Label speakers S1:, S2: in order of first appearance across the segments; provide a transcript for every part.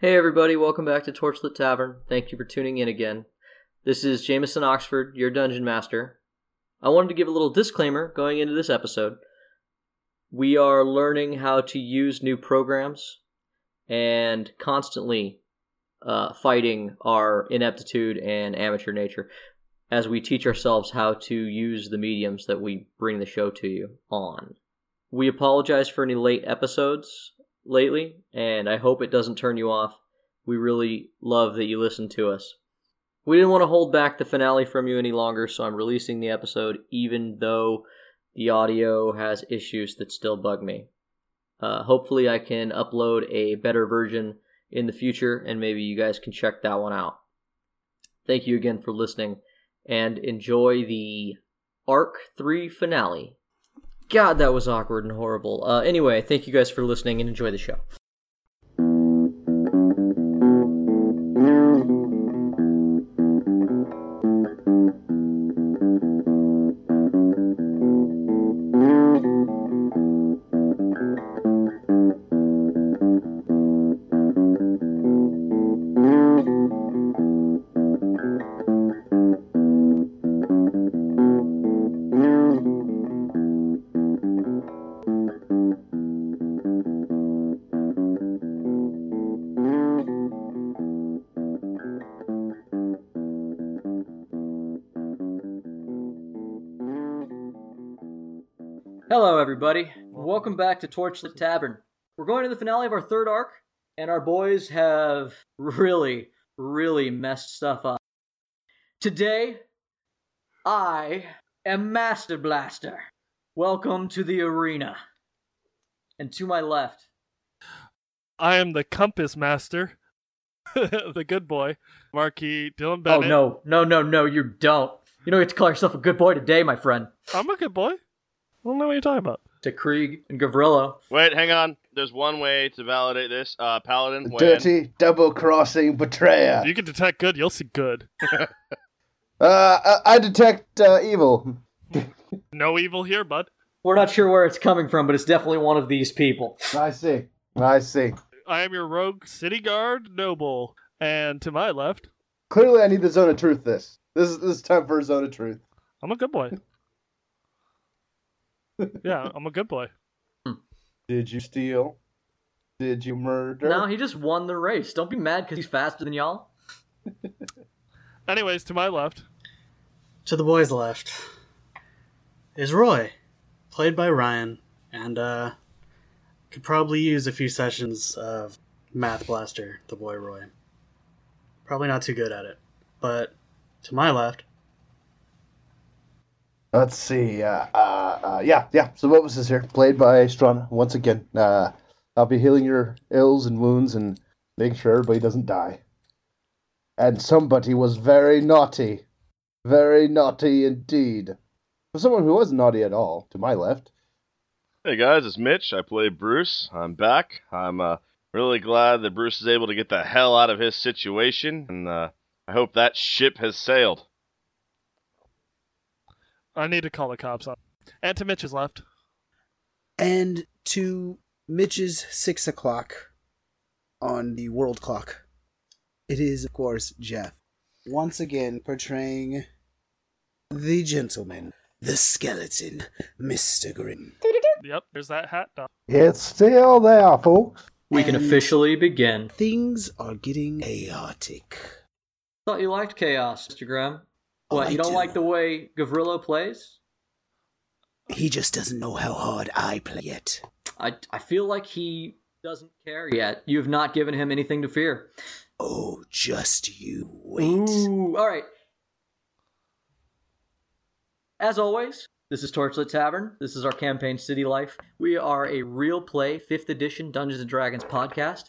S1: Hey, everybody, welcome back to Torchlit Tavern. Thank you for tuning in again. This is Jameson Oxford, your dungeon master. I wanted to give a little disclaimer going into this episode. We are learning how to use new programs and constantly uh, fighting our ineptitude and amateur nature as we teach ourselves how to use the mediums that we bring the show to you on. We apologize for any late episodes lately, and I hope it doesn't turn you off. We really love that you listen to us. We didn't want to hold back the finale from you any longer, so I'm releasing the episode even though the audio has issues that still bug me. Uh, hopefully, I can upload a better version in the future, and maybe you guys can check that one out. Thank you again for listening, and enjoy the Arc 3 finale God, that was awkward and horrible. Uh, anyway, thank you guys for listening and enjoy the show. Hello, everybody. Welcome back to Torchlit Tavern. We're going to the finale of our third arc, and our boys have really, really messed stuff up. Today, I am Master Blaster. Welcome to the arena. And to my left,
S2: I am the compass master, the good boy, Marquis Dylan Bennett.
S1: Oh no, no, no, no! You don't. You don't get to call yourself a good boy today, my friend.
S2: I'm a good boy. I don't know what you're talking about.
S1: To Krieg and Gavrillo.
S3: Wait, hang on. There's one way to validate this. Uh, Paladin, weigh in.
S4: Dirty, double crossing betrayer.
S1: Uh,
S2: If you can detect good, you'll see good.
S4: Uh, I, I detect uh, evil.
S2: No evil here, bud.
S1: We're not sure where it's coming from, but it's definitely one of these people.
S4: I see. I see.
S2: I am your rogue city guard noble, and to my left,
S4: Clearly, I need the zone of truth. This. This is, this is time for a zone of truth.
S2: I'm a good boy. yeah, I'm a good boy.
S4: Did you steal? Did you murder?
S1: No, he just won the race. Don't be mad because he's faster than y'all.
S2: Anyways, to my left,
S5: to the boys left is Roy, played by Ryan, and uh, could probably use a few sessions of Math Blaster, the boy Roy. Probably not too good at it, but to my left,
S4: Let's see. Uh, uh, uh, yeah, yeah. So Mopus is here, played by Strana once again. Uh, I'll be healing your ills and wounds and making sure everybody doesn't die. And somebody was very naughty, very naughty indeed. For someone who wasn't naughty at all, to my left.
S3: Hey guys, it's Mitch. I play Bruce. I'm back. I'm uh, really glad that Bruce is able to get the hell out of his situation, and uh, I hope that ship has sailed.
S2: I need to call the cops on. And to Mitch's left,
S6: and to Mitch's six o'clock on the world clock. It is, of course, Jeff, once again portraying the gentleman, the skeleton, Mr. Grimm.
S2: yep, there's that hat. Done.
S4: It's still there, folks.
S1: We can
S6: And
S1: officially begin.
S6: Things are getting chaotic.
S1: Thought you liked chaos, Mr. Graham.
S6: Oh,
S1: What,
S6: I
S1: you don't
S6: do.
S1: like the way Gavrillo plays?
S6: He just doesn't know how hard I play yet.
S1: I, I feel like he doesn't care yet. You have not given him anything to fear.
S6: Oh, just you wait.
S1: Ooh, all right. As always, this is Torchlit Tavern. This is our campaign City Life. We are a real play 5th edition Dungeons and Dragons podcast.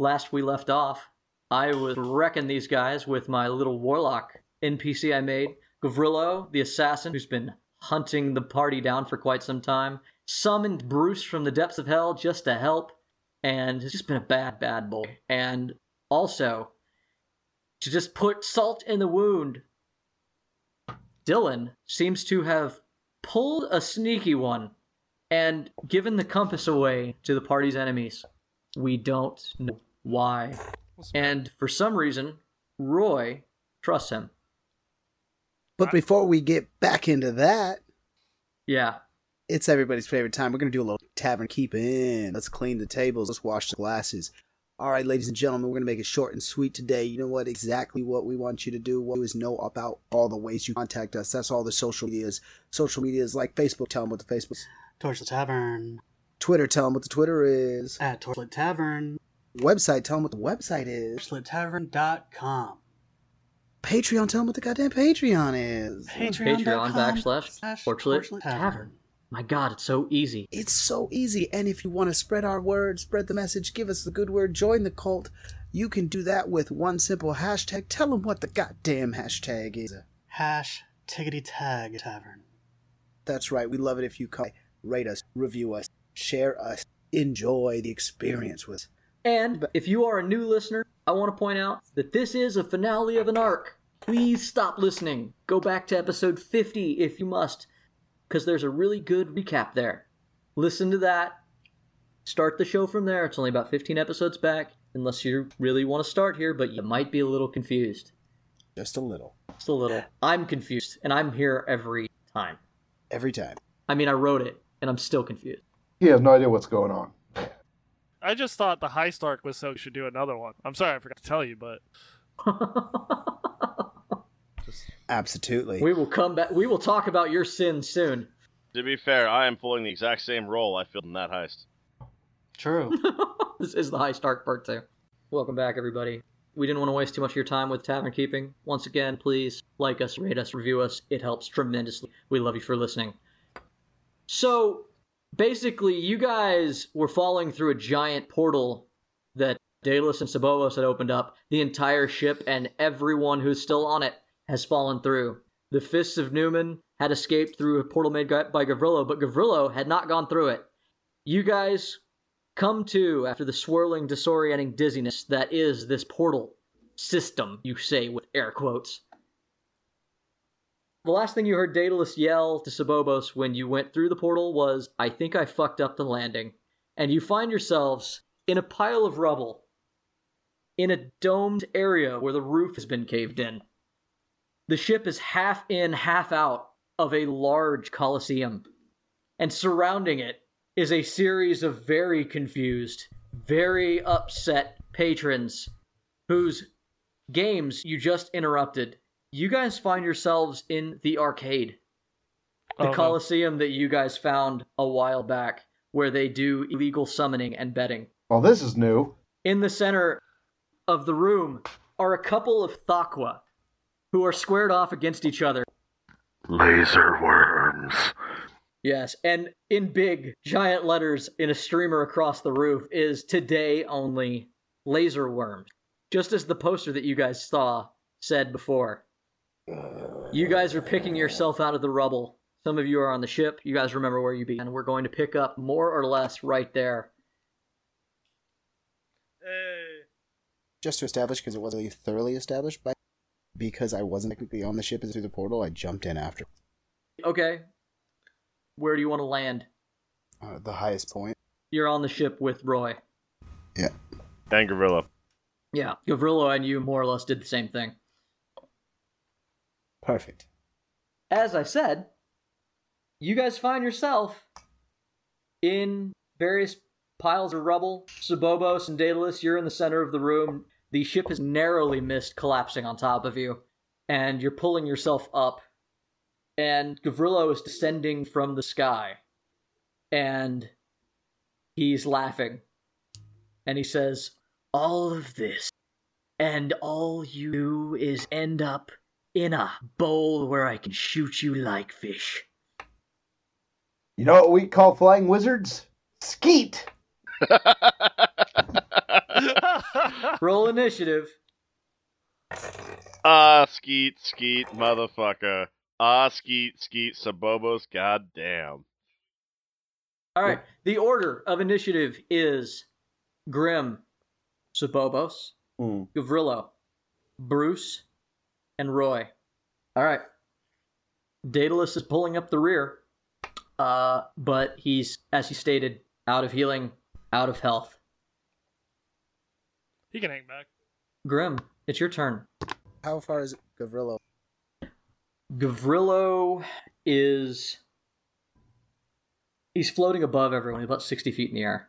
S1: Last we left off, I was wrecking these guys with my little warlock NPC I made, Gavrillo, the assassin who's been hunting the party down for quite some time, summoned Bruce from the depths of hell just to help, and has just been a bad, bad boy. And also, to just put salt in the wound. Dylan seems to have pulled a sneaky one and given the compass away to the party's enemies. We don't know why.
S2: What's the
S1: And for some reason, Roy trusts him.
S6: But before we get back into that,
S1: Yeah.
S6: it's everybody's favorite time. We're going to do a little tavern keep in. Let's clean the tables. Let's wash the glasses. All right, ladies and gentlemen, we're going to make it short and sweet today. You know what? Exactly what we want you to do. What is know about all the ways you contact us. That's all the social medias. Social medias like Facebook. Tell them what the Facebook is.
S5: Torchlit Tavern.
S6: Twitter. Tell them what the Twitter is.
S5: At Torchlit Tavern.
S6: Website. Tell them what the website is.
S5: TorchlightTavern.com.
S6: Patreon. Tell them what the goddamn Patreon is.
S1: Patreon backslash Torchlit Tavern.
S5: Tavern.
S1: My God, it's so easy.
S6: It's so easy. And if you want to spread our word, spread the message, give us the good word, join the cult, you can do that with one simple hashtag. Tell them what the goddamn hashtag is.
S5: Hash Tiggity Tag Tavern.
S6: That's right. We love it if you come, rate us, review us, share us, enjoy the experience with us.
S1: And if you are a new listener, I want to point out that this is a finale of an arc. Please stop listening. Go back to episode 50 if you must, because there's a really good recap there. Listen to that. Start the show from there. It's only about 15 episodes back, unless you really want to start here, but you might be a little confused.
S6: Just a little.
S1: Just a little. I'm confused, and I'm here every time.
S6: Every time.
S1: I mean, I wrote it, and I'm still confused.
S4: He has no idea what's going on.
S2: I just thought the high Stark was so should do another one. I'm sorry, I forgot to tell you, but
S6: Absolutely.
S1: we will come back. We will talk about your sin soon.
S3: To be fair, I am pulling the exact same role I filled in that heist.
S5: True.
S1: this is the High Stark Part 2. Welcome back, everybody. We didn't want to waste too much of your time with tavern keeping. Once again, please like us, rate us, review us. It helps tremendously. We love you for listening. So, basically, you guys were falling through a giant portal that Daedalus and Sabobos had opened up. The entire ship and everyone who's still on it has fallen through. The Fists of Newman had escaped through a portal made by Gavrillo, but Gavrillo had not gone through it. You guys Come to after the swirling, disorienting dizziness that is this portal system, you say with air quotes. The last thing you heard Daedalus yell to Sabobos when you went through the portal was, I think I fucked up the landing. And you find yourselves in a pile of rubble, in a domed area where the roof has been caved in. The ship is half in, half out of a large coliseum. And surrounding it is a series of very confused, very upset patrons whose games you just interrupted. You guys find yourselves in the arcade,
S2: Oh,
S1: the
S2: no.
S1: Colosseum that you guys found a while back, where they do illegal summoning and betting.
S4: Well, this is new.
S1: In the center of the room are a couple of Thakwa who are squared off against each other.
S7: Laser worms.
S1: Yes, and in big, giant letters in a streamer across the roof is today only laser worms. Just as the poster that you guys saw said before. You guys are picking yourself out of the rubble. Some of you are on the ship. You guys remember where you be, and we're going to pick up more or less right there.
S6: Just to establish, because it wasn't really thoroughly established, by, because I wasn't technically on the ship and through the portal, I jumped in after
S1: Okay. Where do you want to land?
S6: uh, the highest point.
S1: You're on the ship with Roy.
S6: Yeah.
S3: And Gorilla.
S1: Yeah, Gavrillo and you more or less did the same thing.
S6: Perfect.
S1: as I said, you guys find yourself in various piles of rubble. Sabobos and Daedalus, you're in the center of the room. The ship has narrowly missed collapsing on top of you, and you're pulling yourself up. And Gavrillo is descending from the sky, and he's laughing. And he says, All of this, and all you do is end up in a bowl where I can shoot you like fish.
S4: You know what we call flying wizards? Skeet.
S1: Roll initiative.
S3: ah, skeet, skeet, motherfucker. Ah, skeet, skeet, Sabobos, goddamn.
S1: All right. The order of initiative is Grim, Sabobos,
S4: Hmm.
S1: Gavrillo, Bruce, and Roy. All right. Daedalus is pulling up the rear, uh, but he's, as he stated, out of healing, out of health.
S2: He can hang back.
S1: Grim, it's your turn.
S6: How far is Gavrillo?
S1: Gavrillo is. He's floating above everyone, about 60 feet in the air.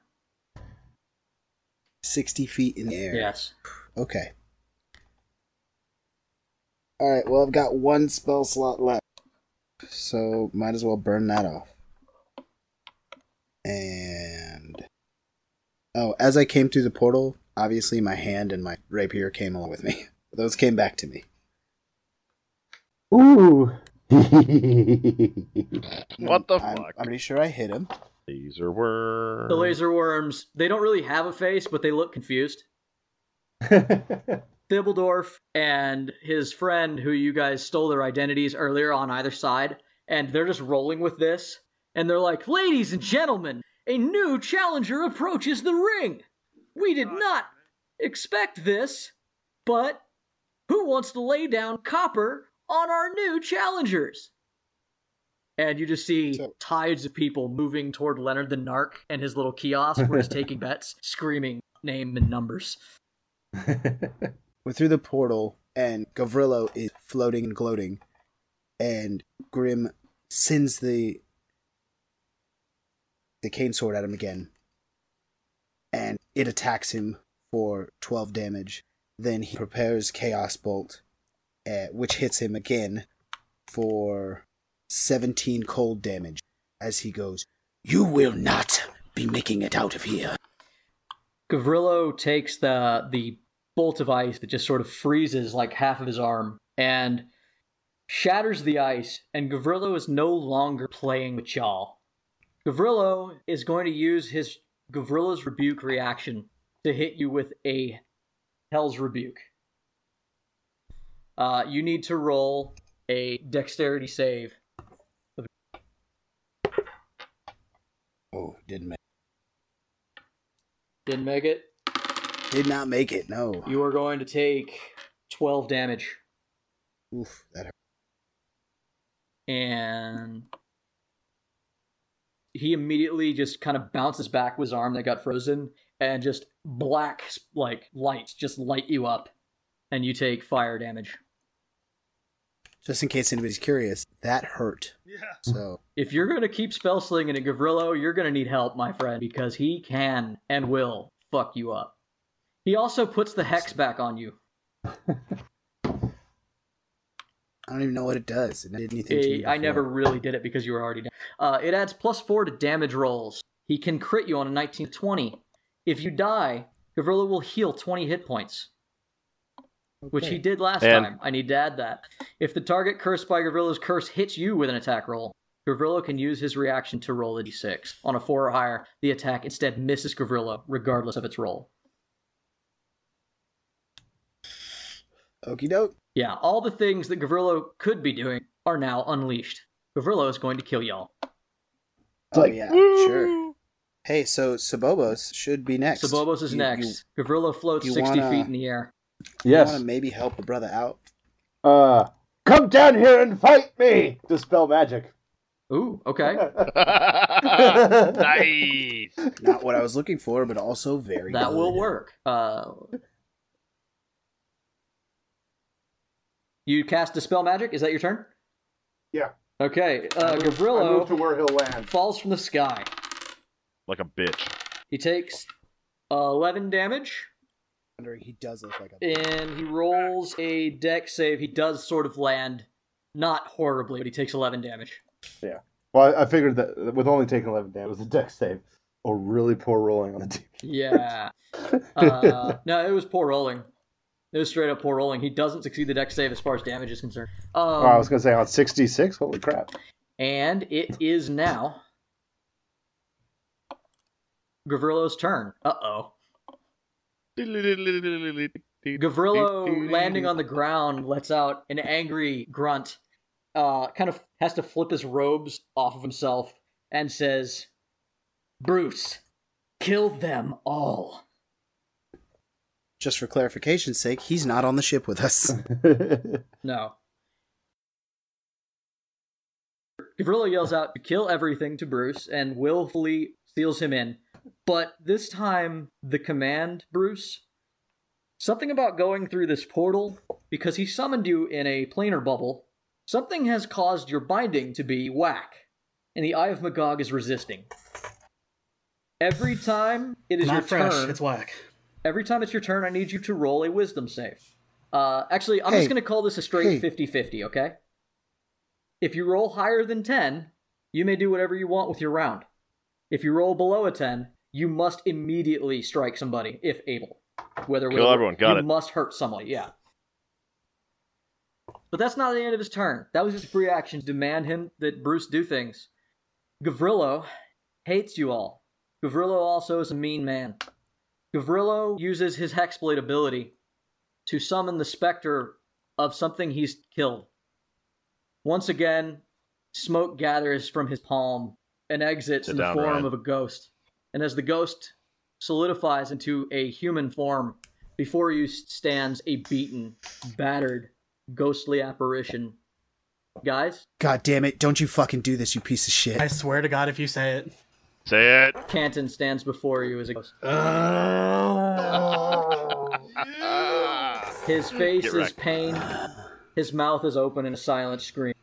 S6: 60 feet in the air.
S1: Yes.
S6: Okay. All right. Well, I've got one spell slot left, so might as well burn that off. And oh, as I came through the portal, obviously my hand and my rapier came along with me. Those came back to me.
S4: Ooh.
S3: What the
S6: Hmm, I'm,
S3: fuck?
S6: I'm pretty sure I hit him.
S3: Laser worm.
S1: The laser worms, they don't really have a face, but they look confused. Thibeldorf and his friend, who you guys stole their identities earlier on either side, and they're just rolling with this. And they're like, ladies and gentlemen, a new challenger approaches the ring. We did not expect this, but who wants to lay down copper on our new challengers? And you just see
S6: So-
S1: tides of people moving toward Leonard the Narc and his little kiosk where he's taking bets, screaming name and numbers.
S6: We're through the portal, and Gavrillo is floating and gloating, and Grim sends the the cane sword at him again, and it attacks him for twelve damage. Then he prepares Chaos Bolt, uh, which hits him again for seventeen cold damage. As he goes, you will not be making it out of here.
S1: Gavrillo takes the the bolt of ice that just sort of freezes like half of his arm and shatters the ice, and Gavrillo is no longer playing with y'all. Gavrillo is going to use his Gavrillo's rebuke reaction to hit you with a Hell's rebuke. Uh, you need to roll a dexterity save.
S6: Oh, didn't make,
S1: Didn't make it.
S6: did not make it. No.
S1: You are going to take 12 damage.
S6: Oof, that hurt.
S1: and he immediately just kind of bounces back with his arm that got frozen and just black like lights just light you up and you take fire damage
S6: Just in case anybody's curious, that hurt.
S2: Yeah.
S6: So
S1: if you're going to keep spell slinging at Gavrillo, you're going to need help, my friend, because he can and will fuck you up. He also puts the hex back on you.
S6: I don't even know what it does. It did anything to me
S1: Eh, I
S6: before.
S1: never really did it because you were already down. Uh, it adds plus four to damage rolls. He can crit you on a 19 to 20. If you die, Gavrilla will heal 20 hit points, which he did last
S3: And-
S1: time. I need to add that. If the target cursed by Gavrilla's curse hits you with an attack roll, Gavrilla can use his reaction to roll a d6. On a 4 or higher, the attack instead misses Gavrilla, regardless of its roll.
S6: Okie doke.
S1: Yeah, all the things that Gavrillo could be doing are now unleashed. Gavrillo is going to kill y'all.
S6: Oh
S4: like,
S6: yeah, sure. Hey, so Sabobos should be next.
S1: Sabobos is
S6: You-
S1: next. Gavrillo floats
S6: you
S1: 60
S6: wanna-
S1: feet in the air.
S6: You,
S4: yes.
S6: want to maybe help a brother out?
S4: Uh, come down here and fight me. Dispel magic.
S1: Ooh, okay.
S3: Uh, nice.
S6: Not what I was looking for, but also very.
S1: that
S6: good.
S1: will work. Uh, you cast Dispel Magic. Is that your turn?
S4: Yeah.
S1: Okay. Uh,
S4: I moved to
S1: Gavrillo
S4: where he'll land.
S1: falls from the sky.
S3: Like a bitch.
S1: He takes 11 damage
S6: Wondering, he does look like a.
S1: and he rolls a deck save. He does sort of land, not horribly, but he takes 11 damage.
S4: Well, I I figured that with only taking 11 damage, it was a deck save or really poor rolling on the team.
S1: Yeah. Uh, no, it was poor rolling. It was straight up poor rolling. He doesn't succeed the deck save as far as damage is concerned. Um,
S4: oh, I was going to say on 66? Holy crap.
S1: And it is now Gavrillo's turn. Uh oh. Gavrillo landing on the ground lets out an angry grunt, uh, kind of has to flip his robes off of himself, and says, Bruce, kill them all.
S6: Just for clarification's sake, he's not on the ship with us.
S1: No. Gavrillo yells out to kill everything to Bruce and willfully seals him in. But this time, the command, Bruce, Something about going through this portal, because he summoned you in a planar bubble, something has caused your binding to be whack, and the Eye of Magog is resisting. Every time it is your
S5: Not fresh.
S1: turn,
S5: It's whack.
S1: every time it's your turn, I need you to roll a wisdom save. Uh, actually, I'm
S6: Hey.
S1: just going to call this a
S6: Hey.
S1: straight 50 50, okay? If you roll higher than 10, you may do whatever you want with your round. If you roll below a 10, you must immediately strike somebody if able. Whether
S3: Kill
S1: whether-
S3: everyone, got
S1: you
S3: it.
S1: must hurt somebody, yeah. But that's not the end of his turn. That was his free action to demand him that Bruce do things. Gavrillo hates you all. Gavrillo also is a mean man. Gavrillo uses his hexblade ability to summon the specter of something he's killed. Once again, smoke gathers from his palm and exits
S3: Sit
S1: in the
S3: down,
S1: form
S3: Ryan.
S1: of a ghost. And as the ghost solidifies into a human form, before you stands a beaten, battered, ghostly apparition. Guys,
S6: God damn it! Don't you fucking do this, you piece of shit.
S5: I swear to God, if you say it.
S3: Say it.
S1: Canton stands before you as a ghost.
S3: Ah.
S1: His face
S3: Get
S1: is
S3: wrecked.
S1: pain. His mouth is open in a silent scream.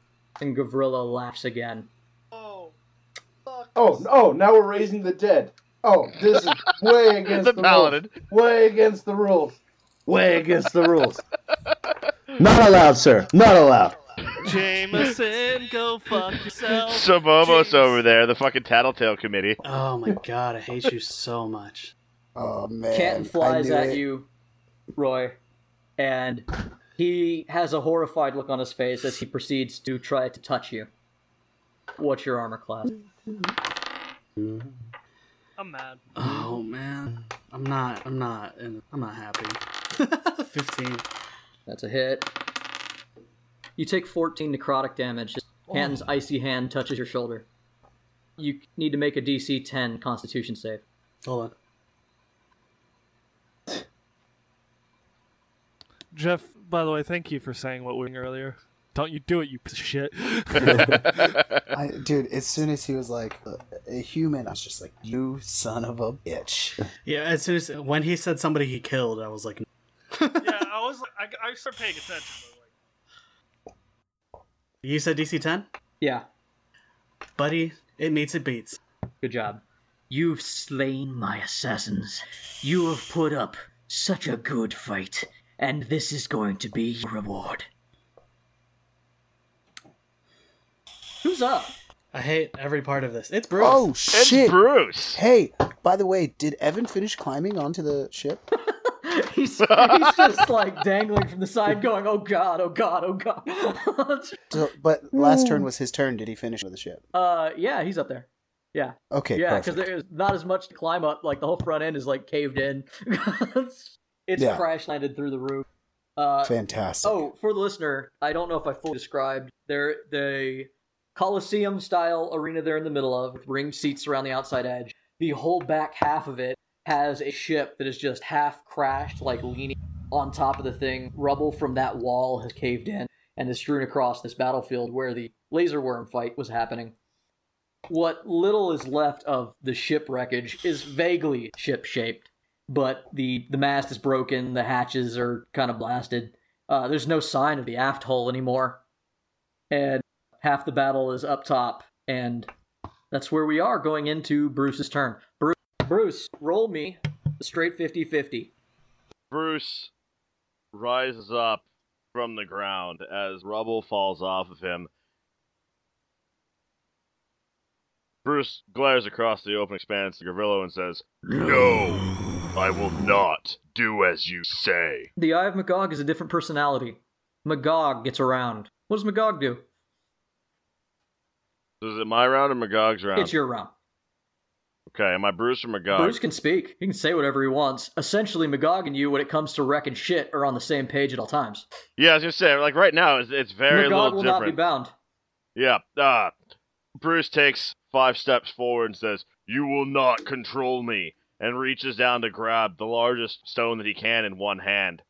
S1: And Gavrilla laughs again.
S4: Oh, oh, now we're raising the dead. Oh, this is way against
S3: The
S4: the,
S3: paladin.
S4: Rules. Way against the rules. Way against the rules. Not allowed, sir. Not allowed.
S2: Jameson, go fuck yourself.
S3: Sabobos over there, the fucking tattletale committee.
S5: Oh my God, I hate you so much.
S6: oh man!
S1: Canton
S6: I
S1: flies
S6: knew
S1: at
S6: it.
S1: you, Roy, and he has a horrified look on his face as he proceeds to try to touch you. What's your armor class?
S2: I'm mad.
S5: Oh man, I'm not. I'm not. In, I'm not happy. Fifteen.
S1: That's a hit. You take 14 necrotic damage. Canton's icy hand touches your shoulder. You need to make a DC 10 Constitution save.
S5: Hold on.
S2: Jeff, by the way, thank you for saying what we were doing earlier. Don't you do it, you piece of shit.
S6: I, dude, as soon as he was like a, a human, I was just like, "You son of a bitch!"
S5: Yeah, as soon as when he said somebody he killed, I was like,
S2: yeah, I was. I, I started paying attention.
S5: "You said DC ten,
S1: Yeah,
S5: buddy. It meets it beats."
S1: Good job. You've slain my assassins. You have put up such a good fight, and this is going to be your reward. Who's up?
S5: I hate every part of this. It's Bruce.
S6: Oh
S3: It's
S6: shit!
S3: Bruce.
S6: Hey, by the way, did Evan finish climbing onto the ship?
S1: He's, he's just like dangling from the side, going, "Oh God, oh God, oh God."
S6: So, but last turn was his turn. Did he finish with the ship?
S1: uh, yeah, he's up there. Yeah,
S6: Okay,
S1: yeah, because
S6: perfect.
S1: there's not as much to climb up. Like the whole front end is like caved in. it's
S6: Yeah.
S1: crash landed through the roof. Uh,
S6: Fantastic.
S1: Oh, for the listener, I don't know if I fully described. They're the Coliseum style arena they're in the middle of, with ringed seats around the outside edge. The whole back half of it has a ship that is just half crashed, like leaning on top of the thing. Rubble from that wall has caved in and is strewn across this battlefield where the laser worm fight was happening. What little is left of the ship wreckage is vaguely ship shaped, but the, the mast is broken, the hatches are kind of blasted. Uh, there's no sign of the aft hull anymore. And half the battle is up top, and that's where we are going into Bruce's turn. Bruce, Bruce roll me a straight 50 50.
S3: Bruce rises up from the ground as rubble falls off of him. Bruce glares across the open expanse to Gavillo and says, No, I will not do as you say.
S1: The Eye of Magog is a different personality. Magog gets around. What does Magog do?
S3: So is it my round or Magog's round?
S1: It's your round.
S3: Okay, am I Bruce or Magog?
S1: Bruce can speak. He can say whatever he wants. Essentially, Magog and you, when it comes to wrecking shit, are on the same page at all times.
S3: Yeah, I was gonna say, like right now, it's, it's very
S1: Magog
S3: little
S1: will
S3: different.
S1: not be bound.
S3: Yeah. Uh, Bruce takes five steps forward and says, You will not control me, and reaches down to grab the largest stone that he can in one hand.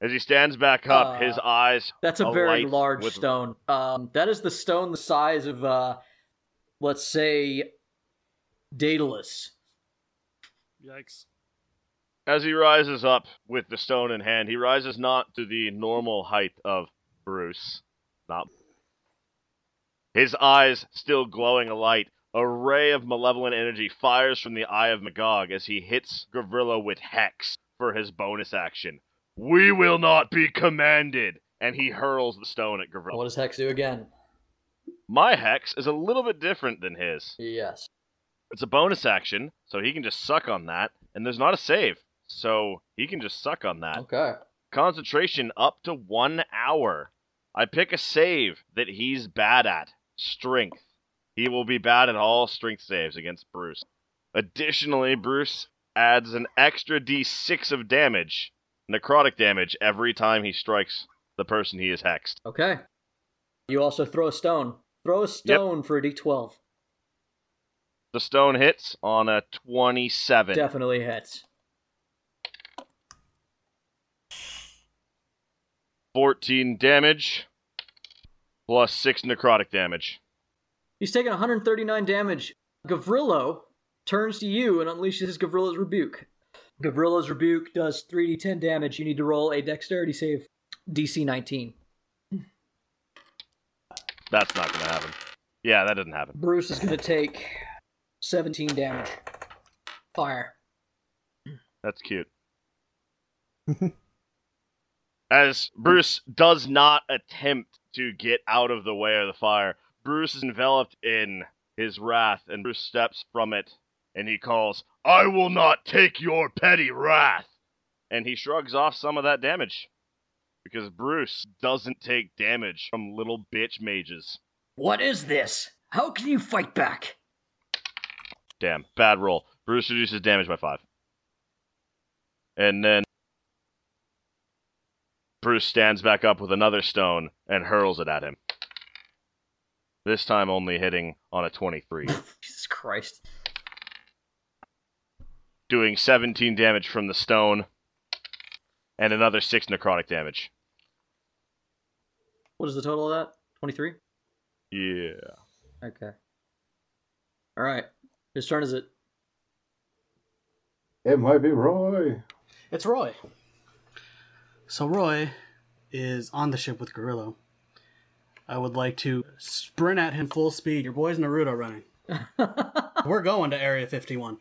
S3: As he stands back up,
S1: Uh,
S3: his eyes.
S1: That's a
S3: A
S1: very
S3: light
S1: large
S3: with-
S1: stone. Um, that is the stone the size of, uh, let's say, Daedalus.
S2: Yikes.
S3: As he rises up with the stone in hand, he rises not to the normal height of Bruce. Not his eyes still glowing a light. A ray of malevolent energy fires from the eye of Magog as he hits Gavrilo with Hex for his bonus action. We will not be commanded! And he hurls the stone at Gavrilo.
S1: What does Hex do again?
S3: My Hex is a little bit different than his.
S1: Yes.
S3: It's a bonus action, so he can just suck on that, and there's not a save, so he can just suck on that.
S1: Okay.
S3: Concentration up to one hour. I pick a save that he's bad at strength. He will be bad at all strength saves against Bruce. Additionally, Bruce adds an extra d6 of damage, necrotic damage, every time he strikes the person he is hexed.
S1: Okay. You also throw a stone. Throw a stone for a d12.
S3: The stone hits on a 27.
S1: Definitely hits.
S3: 14 damage, plus 6 necrotic damage.
S1: He's taken 139 damage. Gavrillo turns to you and unleashes Gavrilo's rebuke. Gavrilo's rebuke does 3d10 damage. You need to roll a dexterity save, DC 19.
S3: That's not going to happen. Yeah, that doesn't happen.
S1: Bruce is going to take 17 damage. Fire.
S3: That's cute. As Bruce does not attempt to get out of the way of the fire, Bruce is enveloped in his wrath, and Bruce steps from it and he calls, I will not take your petty wrath! And he shrugs off some of that damage. Because Bruce doesn't take damage from little bitch mages.
S1: What is this? How can you fight back?
S3: Damn, bad roll. Bruce reduces damage by five. And then Bruce stands back up with another stone and hurls it at him. This time only hitting on a 23,
S1: Jesus Christ.
S3: doing 17 damage from the stone and another 6 necrotic damage.
S1: What is the total of that? 23?
S3: Yeah.
S1: Okay. All right. Whose turn is it?
S4: It might be Roy.
S5: It's Roy. So Roy is on the ship with Gorillo. I would like to sprint at him full speed. Your boy's Naruto running. We're going to Area 51.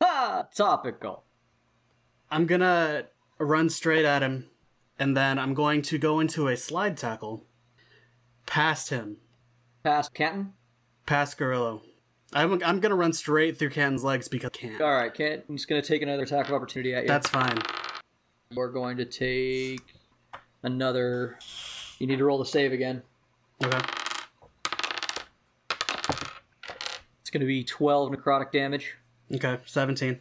S1: Ah, topical.
S5: I'm gonna run straight at him, and then I'm going to go into a slide tackle past him,
S1: Pass Canton.
S5: past Gorillo. I'm, I'm gonna run straight through Canton's legs because I can't.
S1: All right, Canton's going to take another attack of opportunity at you.
S5: That's fine.
S1: We're going to take another. You need to roll the save again.
S5: Okay.
S1: It's going to be 12 necrotic damage.
S5: Okay, 17.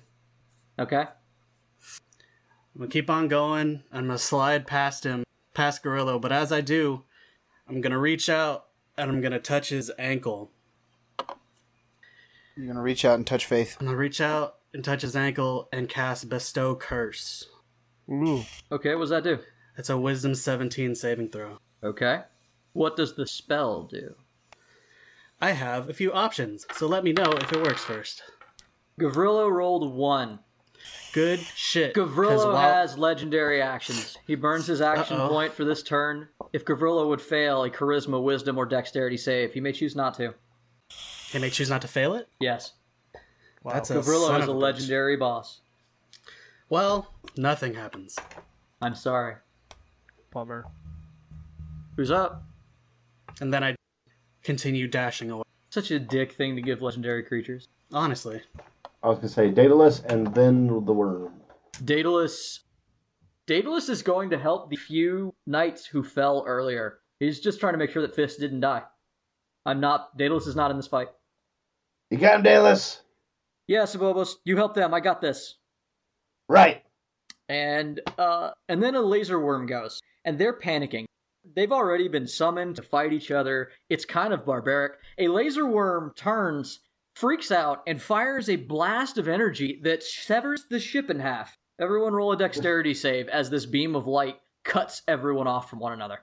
S1: Okay.
S5: I'm gonna keep on going. I'm gonna slide past him, past Gorillo. But as I do, I'm gonna reach out and I'm gonna touch his ankle.
S6: You're gonna reach out and touch Faith.
S5: I'm gonna reach out and touch his ankle and cast Bestow Curse.
S2: Ooh.
S1: Okay, what does that do?
S5: It's a Wisdom 17 saving throw.
S1: Okay. What does the spell do?
S5: I have a few options, so let me know if it works first.
S1: Gavrillo rolled one.
S5: Good shit. 'cause
S1: Gavrillo
S5: while-
S1: has legendary actions. He burns his action
S5: Uh-oh.
S1: point for this turn. If Gavrillo would fail a charisma, wisdom, or dexterity save, he may choose not to.
S5: He may choose not to fail it.
S1: Yes.
S2: Wow.
S5: That's a
S1: Gavrillo
S5: son
S1: is
S5: of
S1: a
S5: bitch.
S1: legendary boss.
S5: Well, nothing happens.
S1: I'm sorry.
S2: Bummer.
S1: Who's up?
S5: And then I continue dashing away.
S1: Such a dick thing to give legendary creatures.
S5: Honestly,
S4: I was gonna say Daedalus and then the worm.
S1: Daedalus. Daedalus is going to help the few knights who fell earlier. He's just trying to make sure that Fist didn't die. I'm not. Daedalus is not in this fight.
S4: You got him, Daedalus?
S1: Yeah, Sabobos, you help them. I got this.
S4: Right.
S1: and uh and then a laser worm goes and they're panicking they've already been summoned to fight each other it's kind of barbaric a laser worm turns freaks out and fires a blast of energy that severs the ship in half everyone roll a dexterity save as this beam of light cuts everyone off from one another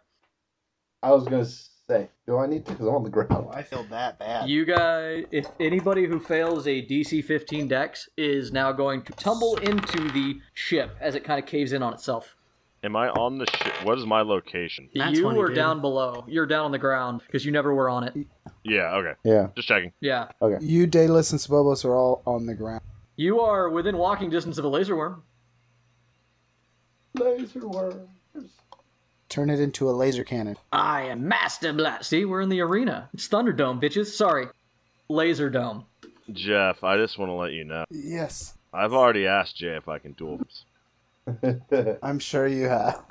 S4: I was gonna say. Do I need to? Because I'm on the ground.
S8: Oh, I feel that bad.
S1: You guys, if anybody who fails a DC 15 dex is now going to tumble into the ship as it kind of caves in on itself.
S3: Am I on the ship? What is my location?
S5: That's
S1: you
S5: funny,
S1: were
S5: dude.
S1: down below. You're down on the ground because you never were on it.
S3: Yeah, okay.
S4: Yeah.
S3: Just checking.
S1: Yeah.
S6: You, Daedalus, and Swobos are all on the ground.
S1: You are within walking distance of a laser worm.
S4: Laser worms.
S6: Turn it into a laser cannon.
S1: I am Master Blast. See, we're in the arena. It's Thunderdome, bitches. Sorry. Laser Dome.
S3: Jeff, I just want to let you know.
S6: Yes,
S3: I've already asked Jay if I can duel this.
S6: I'm sure you have.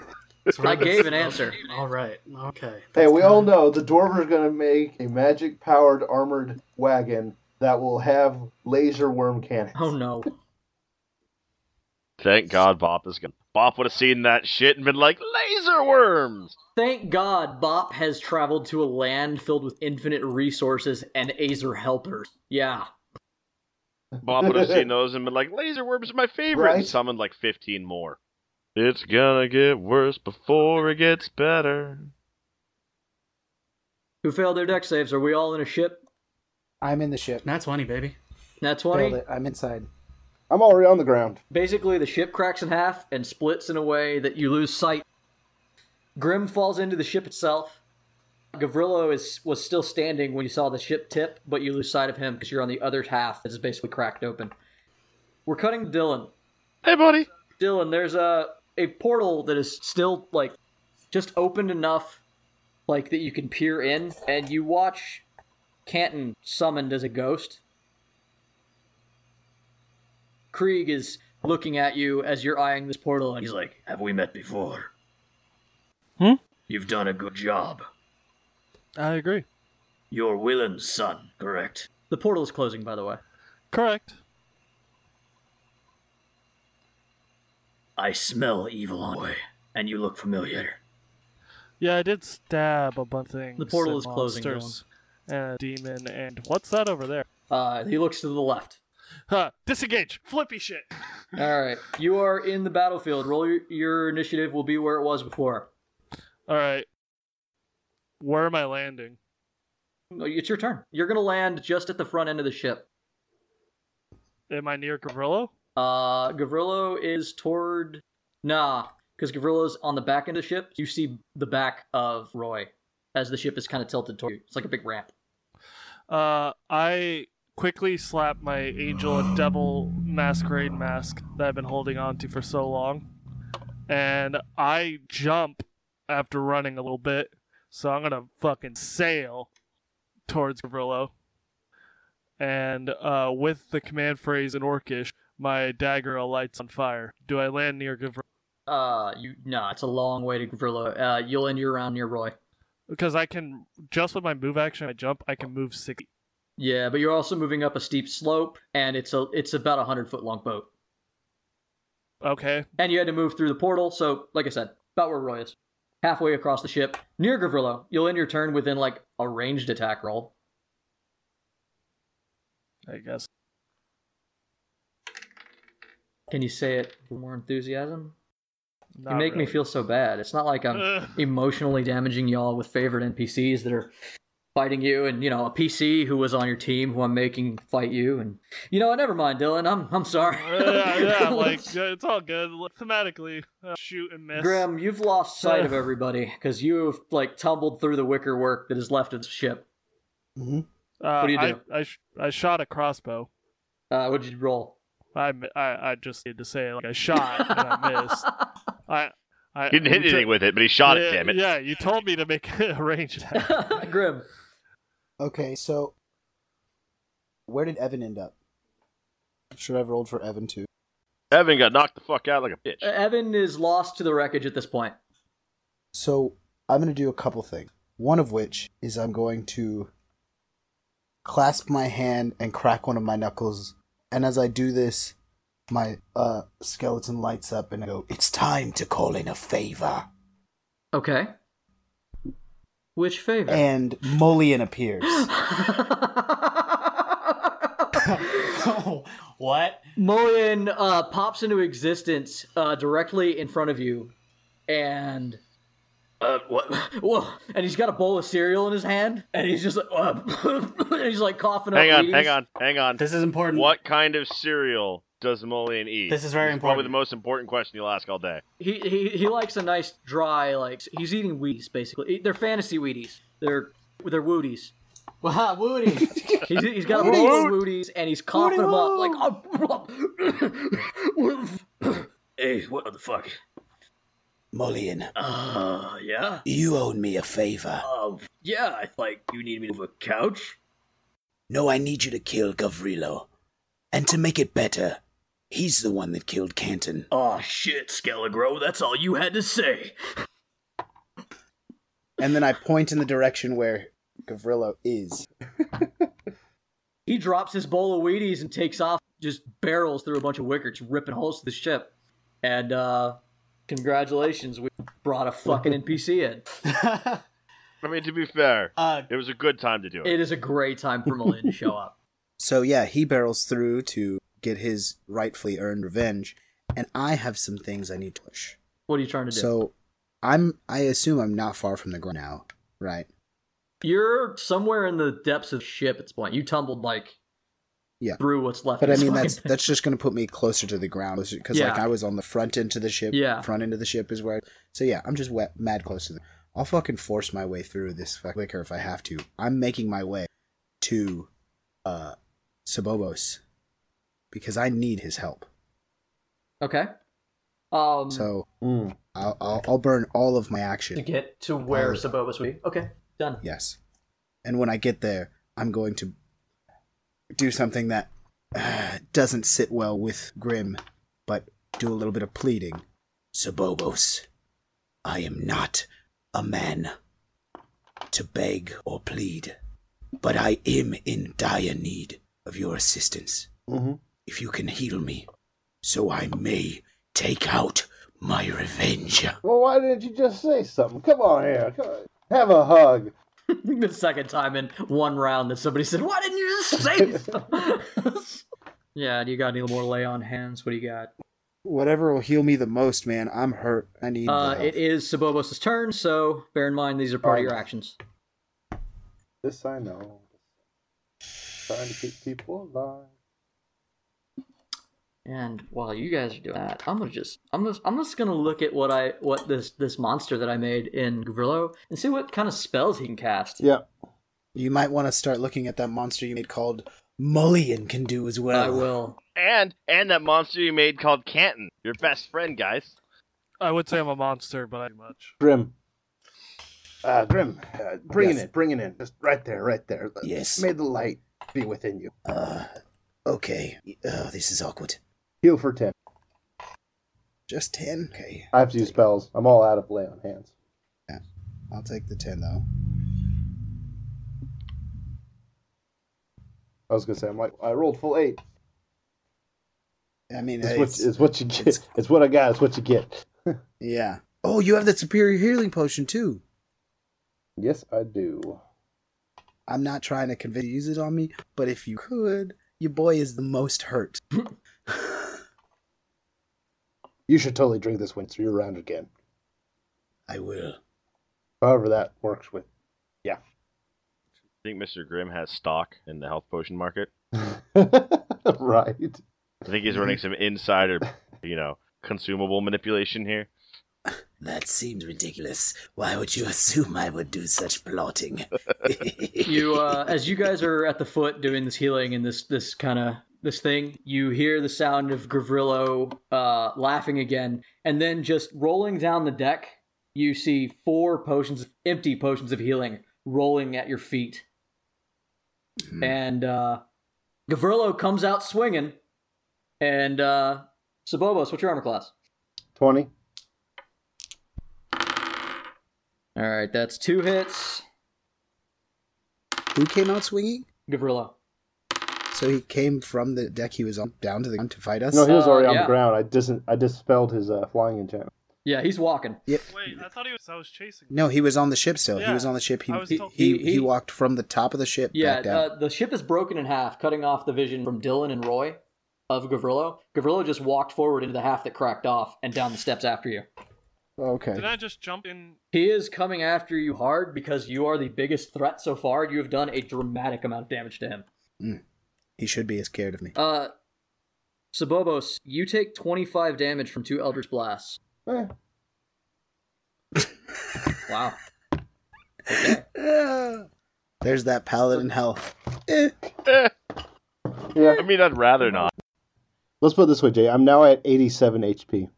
S1: I gave an answer.
S5: All right. Okay.
S4: Hey,
S5: That's
S4: we all
S5: kinda-
S4: know the dwarves are going to make a magic powered armored wagon that will have laser worm cannons.
S1: Oh no.
S3: Thank God Bop is gonna. Bop would have seen that shit and been like, laser worms!
S1: Thank God Bop has traveled to a land filled with infinite resources and Azer helpers. Yeah.
S3: Bop would have seen those and been like, laser worms are my favorite!
S4: Right.
S3: And summoned like 15 more. It's gonna get worse before it gets better.
S1: Who failed their deck saves? Are we all in a ship?
S6: I'm in the ship.
S5: Nat 20, baby.
S1: Nat
S6: Failed
S1: 20?
S6: it. I'm inside.
S4: I'm already on the ground.
S1: Basically, the ship cracks in half and splits in a way that you lose sight. Grim falls into the ship itself. Gavrillo is was still standing when you saw the ship tip, but you lose sight of him because you're on the other half that is basically cracked open. We're cutting to Dylan.
S3: Hey, buddy!
S1: Dylan, there's a a portal that is still like just opened enough like that you can peer in and you watch Canton summoned as a ghost. Krieg is looking at you as you're eyeing this portal and he's like,
S9: Have we met before?
S2: Hmm?
S9: You've done a good job.
S2: I agree.
S9: You're Willen's son, correct?
S1: The portal is closing by the way.
S2: Correct.
S9: I smell evil on the way, and you look familiar.
S2: Yeah, I did stab a bunch of things.
S1: The portal
S2: and
S1: is closing,
S2: monsters And a demon and what's that over there?
S1: Uh, he looks to the left.
S2: Huh, disengage. Flippy shit.
S1: All right, you are in the battlefield. Roll your, your initiative will be where it was before.
S2: All right. Where am I landing?
S1: It's your turn. You're gonna land just at the front end of the ship.
S2: Am I near Gavrillo?
S1: Uh, Gavrillo is toward. Nah, because Gavrillo's on the back end of the ship. You see the back of Roy as the ship is kind of tilted toward you. It's like a big ramp.
S2: Uh, I quickly slap my angel and devil masquerade mask that I've been holding on to for so long, and I jump after running a little bit. So I'm gonna fucking sail towards Gavrillo, and uh, with the command phrase in Orcish, my dagger alights on fire. Do I land near Gavrillo?
S1: Uh, you nah, it's a long way to Gavrillo. Uh, you'll end your round near Roy.
S2: Because I can just with my move action, I jump. I can move sixty.
S1: Yeah, but you're also moving up a steep slope, and it's a it's about a hundred foot long boat.
S2: Okay,
S1: And you had to move through the portal, so like I said, about where Roy is, halfway across the ship, near Gavrillo. You'll end your turn within like a ranged attack roll.
S2: I guess.
S1: Can you say it with more enthusiasm?
S2: Not
S1: you make me
S2: really.
S1: feel so bad. It's not like I'm
S2: Ugh.
S1: emotionally damaging y'all with favorite NPCs that are fighting you, and you know a PC who was on your team who I'm making fight you, and you know never mind, Dylan. I'm I'm sorry.
S2: yeah, yeah, like yeah, it's all good. Like, Thematically, uh, shoot and miss.
S1: Grim, you've lost sight of everybody because you have like tumbled through the wicker work that is left of the ship.
S2: Uh,
S1: what do you
S2: I,
S1: do?
S2: I, sh- I shot a crossbow.
S1: Uh, what'd you roll?
S2: I, mi- I, I just need to say like I shot and I missed. I,
S5: Uh,
S2: I
S3: He didn't hit
S2: you
S3: anything
S2: to-
S3: with it, but he shot
S2: yeah,
S3: it, damn it.
S2: Yeah, you told me to make a range attack.
S1: Grim,
S6: Okay, so where did Evan end up? Should I have rolled for Evan too?
S3: Evan got knocked the fuck out like a bitch.
S1: Uh, Evan is lost to the wreckage at this point.
S6: So I'm going to do a couple things. One of which is I'm going to clasp my hand and crack one of my knuckles. And as I do this, my uh, skeleton lights up and I go, It's time to call in a favor.
S1: Okay. Which favor?
S6: And Mullion appears.
S5: oh, what?
S1: Mullion uh, pops into existence uh, directly in front of you, and
S9: uh, what?
S1: Whoa! And he's got a bowl of cereal in his hand, and he's just like, uh, and he's like coughing
S3: Hang
S1: up.
S3: on,
S1: Wheaties.
S3: hang on, hang on.
S5: This is important.
S3: What kind of cereal does Molian eat?
S5: This is very
S3: Probably
S5: important.
S3: the most important question you'll ask all day.
S1: He, he he likes a nice dry like he's eating Wheaties basically. They're fantasy Wheaties. They're they're Wooties.
S5: Wow, Ah, Woody.
S1: He's, he's got a bowl of Wooties and he's coughing them up like. Oh,
S9: Hey, what the fuck?
S6: Mullion,
S9: Uh, yeah?
S6: you owed me a favor.
S9: Uh, yeah, I like, you need me to move a couch?
S6: No, I need you to kill Gavrilo. And to make it better, he's the one that killed Canton.
S9: Aw, shit, Skelligro, that's all you had to say.
S6: And then I point in the direction where Gavrilo is.
S1: he drops his bowl of Wheaties and takes off, just barrels through a bunch of wickets, ripping holes to the ship. And uh, congratulations, we brought a fucking NPC in.
S3: I mean, to be fair,
S5: uh,
S3: it was a good time to do it.
S1: It is a great time for Mullion to show up.
S6: So yeah, he barrels through to get his rightfully earned revenge, and I have some things I need to push.
S1: What are you trying to do?
S6: So I'm I assume I'm not far from the ground now, right?
S1: You're somewhere in the depths of the ship at this point. You tumbled like
S6: Yeah.
S1: through what's left.
S6: But I
S1: of this
S6: mean
S1: fucking
S6: that's
S1: thing.
S6: that's just gonna put me closer to the ground because like
S1: Yeah.
S6: I was on the front end to the ship.
S1: Yeah.
S6: Front end of the ship is where. So yeah, I'm just wet, mad close to the. I'll fucking force my way through this fuck- wicker if I have to. I'm making my way to, uh, Sabobos, because I need his help.
S1: okay. Um,
S6: So
S4: Mm.
S6: I'll I'll, I'll burn all of my action.
S1: to get to where Sabobas would be. Okay, done.
S6: Yes. And when I get there, I'm going to do something that uh, doesn't sit well with Grim, but do a little bit of pleading. Sabobos, I am not a man to beg or plead, but I am in dire need of your assistance
S4: Mhm.
S6: if you can heal me, so I may take out my revenge.
S4: Well, why didn't you just say something? Come on here. Come on. Have a hug.
S1: the second time in one round that somebody said, "Why didn't you just say something?" yeah. Do you got any more lay on hands? What do you got?
S6: Whatever will heal me the most, man. I'm hurt. I need. the
S1: Uh,
S6: help.
S1: it is Sabobos' turn, so bear in mind these are part of your actions.
S4: This I know. Trying to keep people alive.
S1: And while you guys are doing that, I'm gonna just I'm just I'm just gonna look at what I what this this monster that I made in Grillo and see what kind of spells he can cast.
S4: Yeah.
S6: You might want to start looking at that monster you made called Mullion can do as well.
S1: I will.
S3: And and that monster you made called Canton, your best friend, guys.
S2: I would say I'm a monster, but I do much.
S4: Grim. Uh, Grim, uh, bring
S6: Yes.
S4: it in, bring it in. Just right there, right there.
S6: Yes.
S4: May the light be within you.
S6: Uh, okay. Oh, this is awkward.
S4: Heal for 10.
S6: Just 10? Okay.
S4: I have to use spells. I'm all out of lay on hands.
S6: I'll take the 10, though.
S4: I was gonna say, I'm like, I rolled full eight.
S6: I mean,
S4: It's,
S6: it's,
S4: what, it's what you get.
S6: it's-
S4: It's, what I got. It's what you get.
S6: yeah. Oh, you have that superior healing potion, too.
S4: Yes, I do.
S6: I'm not trying to convince you to use it on me, but if you could, your boy is the most hurt.
S4: You should totally drink this when it's your round again.
S6: I will.
S4: However, that works with.
S3: I think Mr. Grimm has stock in the health potion market.
S4: right.
S3: I think he's running some insider, you know, consumable manipulation here.
S6: That seems ridiculous. Why would you assume I would do such plotting?
S1: You uh, as you guys are at the foot doing this healing and this this kind of this thing, you hear the sound of Grillo uh, laughing again, and then just rolling down the deck, you see four potions, empty potions of healing, rolling at your feet. and uh Gavrilo comes out swinging, and uh Sabobos, what's your armor class?
S4: 20.
S1: All right, that's two hits.
S6: Who came out swinging?
S1: Gavrilo.
S6: So he came from the deck he was on down to the ground to fight us.
S4: No, he was
S1: Uh,
S4: already on
S1: yeah.
S4: the ground. I dis- I dispelled his uh, flying enchantment.
S1: Yeah, he's walking.
S2: Wait, I thought he was. I was chasing.
S6: No, he was on the ship still. He
S2: Yeah,
S6: was on the ship. He
S2: I was
S6: he,
S2: told-
S6: he,
S1: He- he-
S6: he walked from the top of the ship
S1: Yeah,
S6: back down.
S1: uh, the ship is broken in half, cutting off the vision from Dylan and Roy of Gavrilo. Gavrilo just walked forward into the half that cracked off and down the steps after you.
S6: Okay.
S2: Did I just jump in?
S1: He is coming after you hard because you are the biggest threat so far. You have done a dramatic amount of damage to him.
S6: He should be scared of me.
S1: Uh, Sabobos, you take 25 damage from two Eldritch Blasts.
S4: Eh,
S1: Wow.
S6: Ah. There's that paladin health. Eh.
S3: Eh,
S4: yeah.
S3: I mean, I'd rather not.
S4: Let's put it this way, Jay. I'm now at 87 HP.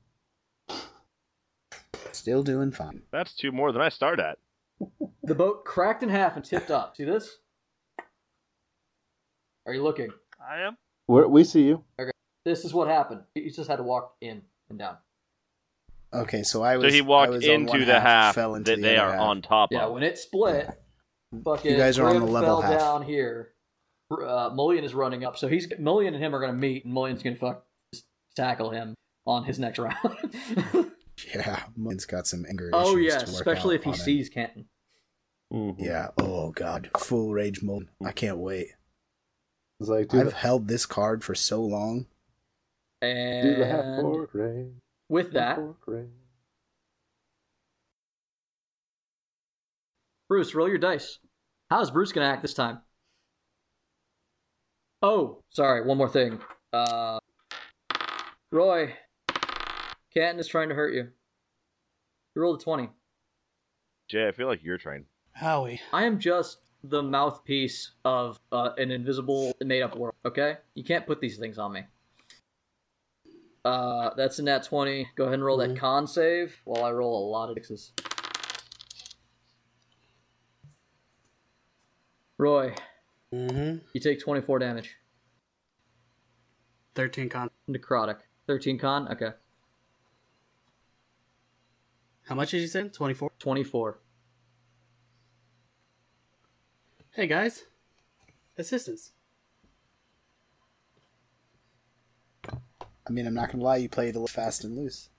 S6: Still doing fine.
S3: That's two more than I start at.
S1: The boat cracked in half and tipped up. See this? Are you looking?
S2: I am.
S4: We're, we see you.
S1: This is what happened. You just had to walk in and down.
S6: Okay, so I was.
S3: So he
S6: I
S3: walked
S6: was on one
S3: into the half,
S6: fell into
S3: that
S6: the
S3: they
S6: other
S3: are
S6: half.
S3: on top
S1: Yeah,
S3: of.
S1: when it split, fucking
S6: You guys are on the
S1: Grim
S6: level
S1: fell
S6: half.
S1: down here. Uh, Mullion is running up, so he's Mullion and him are gonna meet, and Mullion's gonna fuck just tackle him on his next round.
S6: Yeah, Mulligan's got some anger issues.
S1: oh
S6: to
S1: yes,
S6: work
S1: especially
S6: out
S1: if he
S6: on it.
S1: sees Canton.
S3: Mm-hmm.
S4: Mhm.
S6: Yeah. Oh God, full rage Mulligan. I can't wait.
S4: It's like, do
S6: I've
S4: the,
S6: held this card for so long.
S4: do the half
S1: And
S4: orc raid.
S1: with that,
S4: half orc raid.
S1: Bruce, roll your dice. How's Bruce gonna act this time? Oh, sorry, one more thing. Uh, Roy, Canton is trying to hurt you. You rolled a twenty.
S3: Jay, I feel like you're trying.
S5: Howie.
S1: I am just the mouthpiece of uh, an invisible, made-up world. Okay, you can't put these things on me. Uh, that's in that twenty. Go ahead and roll that con save while I roll a lot of sixes. Roy,
S5: Mm-hmm.
S1: you take twenty-four damage.
S5: 13 con.
S1: Necrotic. Thirteen con. Okay,
S5: How much did you say? 24?
S1: twenty-four.
S5: Hey, guys. Assistance.
S6: I mean, I'm not gonna lie. You played a little fast and loose.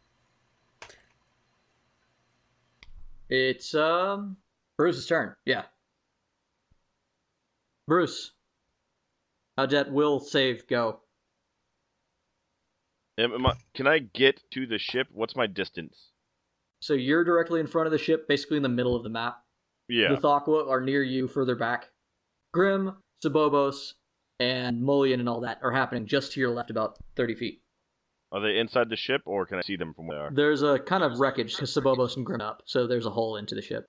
S1: It's um Bruce's turn. Yeah. Bruce, how'd that will save go?
S3: Am, am I, can I get to the ship? What's my distance?
S1: So you're directly in front of the ship, basically in the middle of the map.
S3: Yeah.
S1: The Thakwa are near you, further back. Grim, Sabobos, and Mullion and all that are happening just to your left, about 30 feet.
S3: Are they inside the ship, or can I see them from where they are?
S1: There's a kind of wreckage because Sabobos and Grim up, so there's a hole into the ship.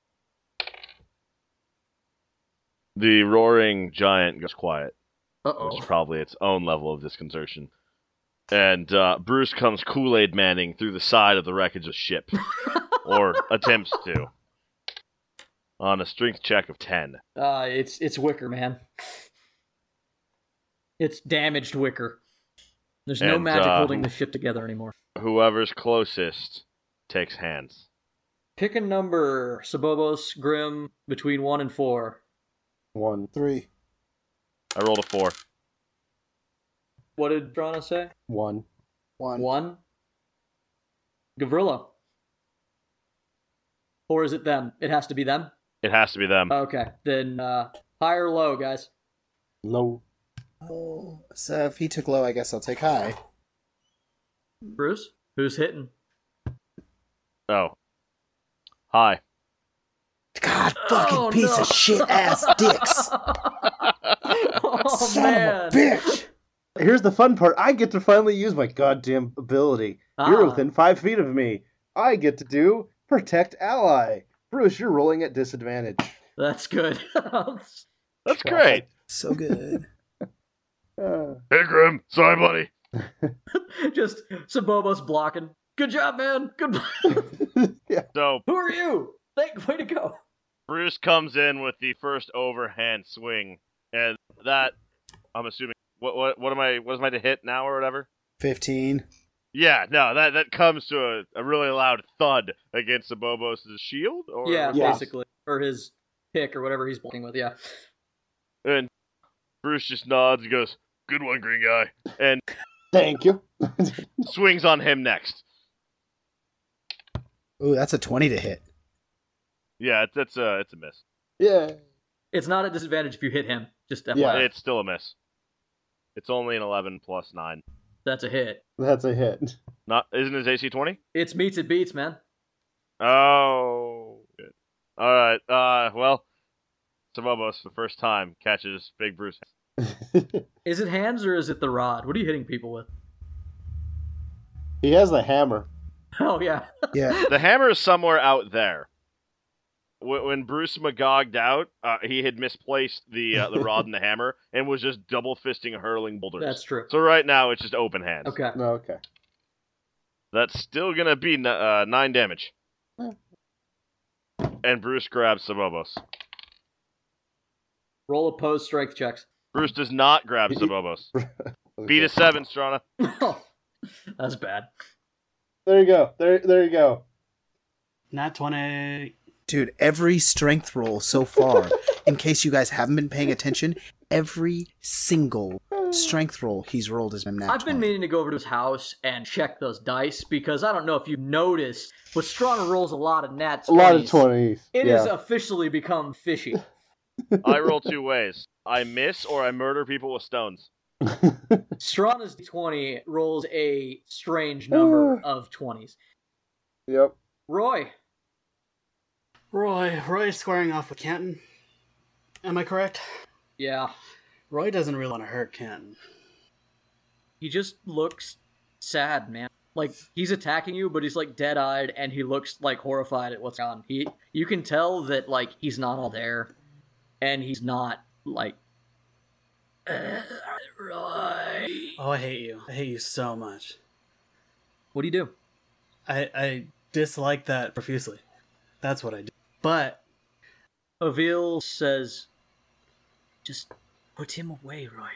S3: The roaring giant goes quiet,
S1: Uh
S3: which
S1: oh.
S3: is probably its own level of disconcertion. And uh, Bruce comes Kool Aid Manning through the side of the wreckage of the ship, or attempts to, on a strength check of 10.
S1: Uh, it's it's wicker, man. It's damaged wicker. There's no
S3: And,
S1: magic
S3: uh,
S1: holding the ship together anymore.
S3: Whoever's closest takes hands.
S1: Pick a number, Sabobos, Grim, between one and four.
S4: One,
S6: Three.
S3: I rolled a four.
S1: What did Drana say?
S4: one.
S6: One.
S1: One. Gavrilo. Or is it them? It has to be them.
S3: It has to be them.
S1: Okay, then uh, high or low, guys.
S4: Low.
S6: Oh, so if he took low, I guess I'll take high.
S1: Bruce, who's hitting?
S3: oh. Hi.
S6: God, fucking
S1: Oh,
S6: piece
S1: no.
S6: of shit ass dicks.
S1: oh
S6: Son
S1: man!
S6: of a bitch.
S4: Here's the fun part. I get to finally use my goddamn ability. You're
S1: Ah.
S4: within five feet of me. I get to do protect ally. Bruce, you're rolling at disadvantage.
S1: That's good.
S3: That's great.
S6: So good.
S4: Uh,
S3: Hey, Grim. Sorry, buddy.
S1: Just Sabobos blocking. Good job, man. Good.
S4: Uh, yeah.
S3: So
S1: Who are you? Thank. Way to go.
S3: Bruce comes in with the first overhand swing, and that I'm assuming. What what what am I? What is my to hit now or whatever?
S6: Fifteen.
S3: Yeah, no, that that comes to a, a really loud thud against the Bobo's shield, or
S1: Yeah,
S4: Yeah.
S1: basically, or his pick or whatever he's blocking with. Yeah.
S3: and Bruce just nods and goes, "Good one, green guy," and
S4: Thank you.
S3: swings on him next.
S6: Ooh, that's a twenty to hit.
S3: Yeah, it's, it's a it's a miss.
S4: yeah.
S1: It's not a disadvantage if you hit him. Just FYI.
S4: Yeah.
S3: It's still a miss. It's only an 11 plus 9.
S1: That's a hit.
S4: That's a hit.
S3: Not isn't his AC 20?
S1: It's meets it beats, man.
S3: Oh. shit. All right. Uh. Well, Sabobos, for the first time, catches Big Bruce.
S1: Is it hands or is it the rod? What are you hitting people with?
S4: he has the hammer.
S1: Oh yeah,
S6: Yeah.
S3: The hammer is somewhere out there. Wh- When Bruce magogged out, uh, he had misplaced the uh, the rod and the hammer and was just double fisting hurling boulders.
S1: that's true.
S3: So right now it's just open hands.
S1: Okay.
S4: No, okay.
S3: That's still gonna be n- uh, nine damage.
S4: Hmm.
S3: And Bruce grabs Sabobos.
S1: Roll opposed strength checks.
S3: Bruce does not grab
S4: He- he-
S3: Sabobos. Beat a seven, Strana.
S1: that's bad.
S4: There you go. There, there you go.
S5: Not 20.
S6: Dude, every strength roll so far, in case you guys haven't been paying attention, every single strength roll he's rolled has been nat
S1: I've been
S6: 20.
S1: meaning to go over to his house and check those dice because I don't know if you've noticed, but Strana rolls a lot of nats.
S4: A lot of twenties.
S1: It
S4: yeah.
S1: has officially become fishy.
S3: I roll two ways. I miss or I murder people with stones.
S1: Strana's 20 rolls a strange number of 20s.
S4: yep.
S1: Roy,
S5: Roy. Roy is squaring off with Canton. Am I correct?
S1: yeah,
S5: Roy doesn't really want to hurt Canton.
S1: he just looks sad, man. Like he's attacking you, but he's like dead-eyed and he looks like horrified at what's on. He you can tell that like he's not all there and he's not like Roy.
S5: Oh, I hate you. I hate you so much.
S1: What do you do?
S5: I, I dislike that profusely. That's what I do. But
S1: Avil says, "Just put him away, Roy."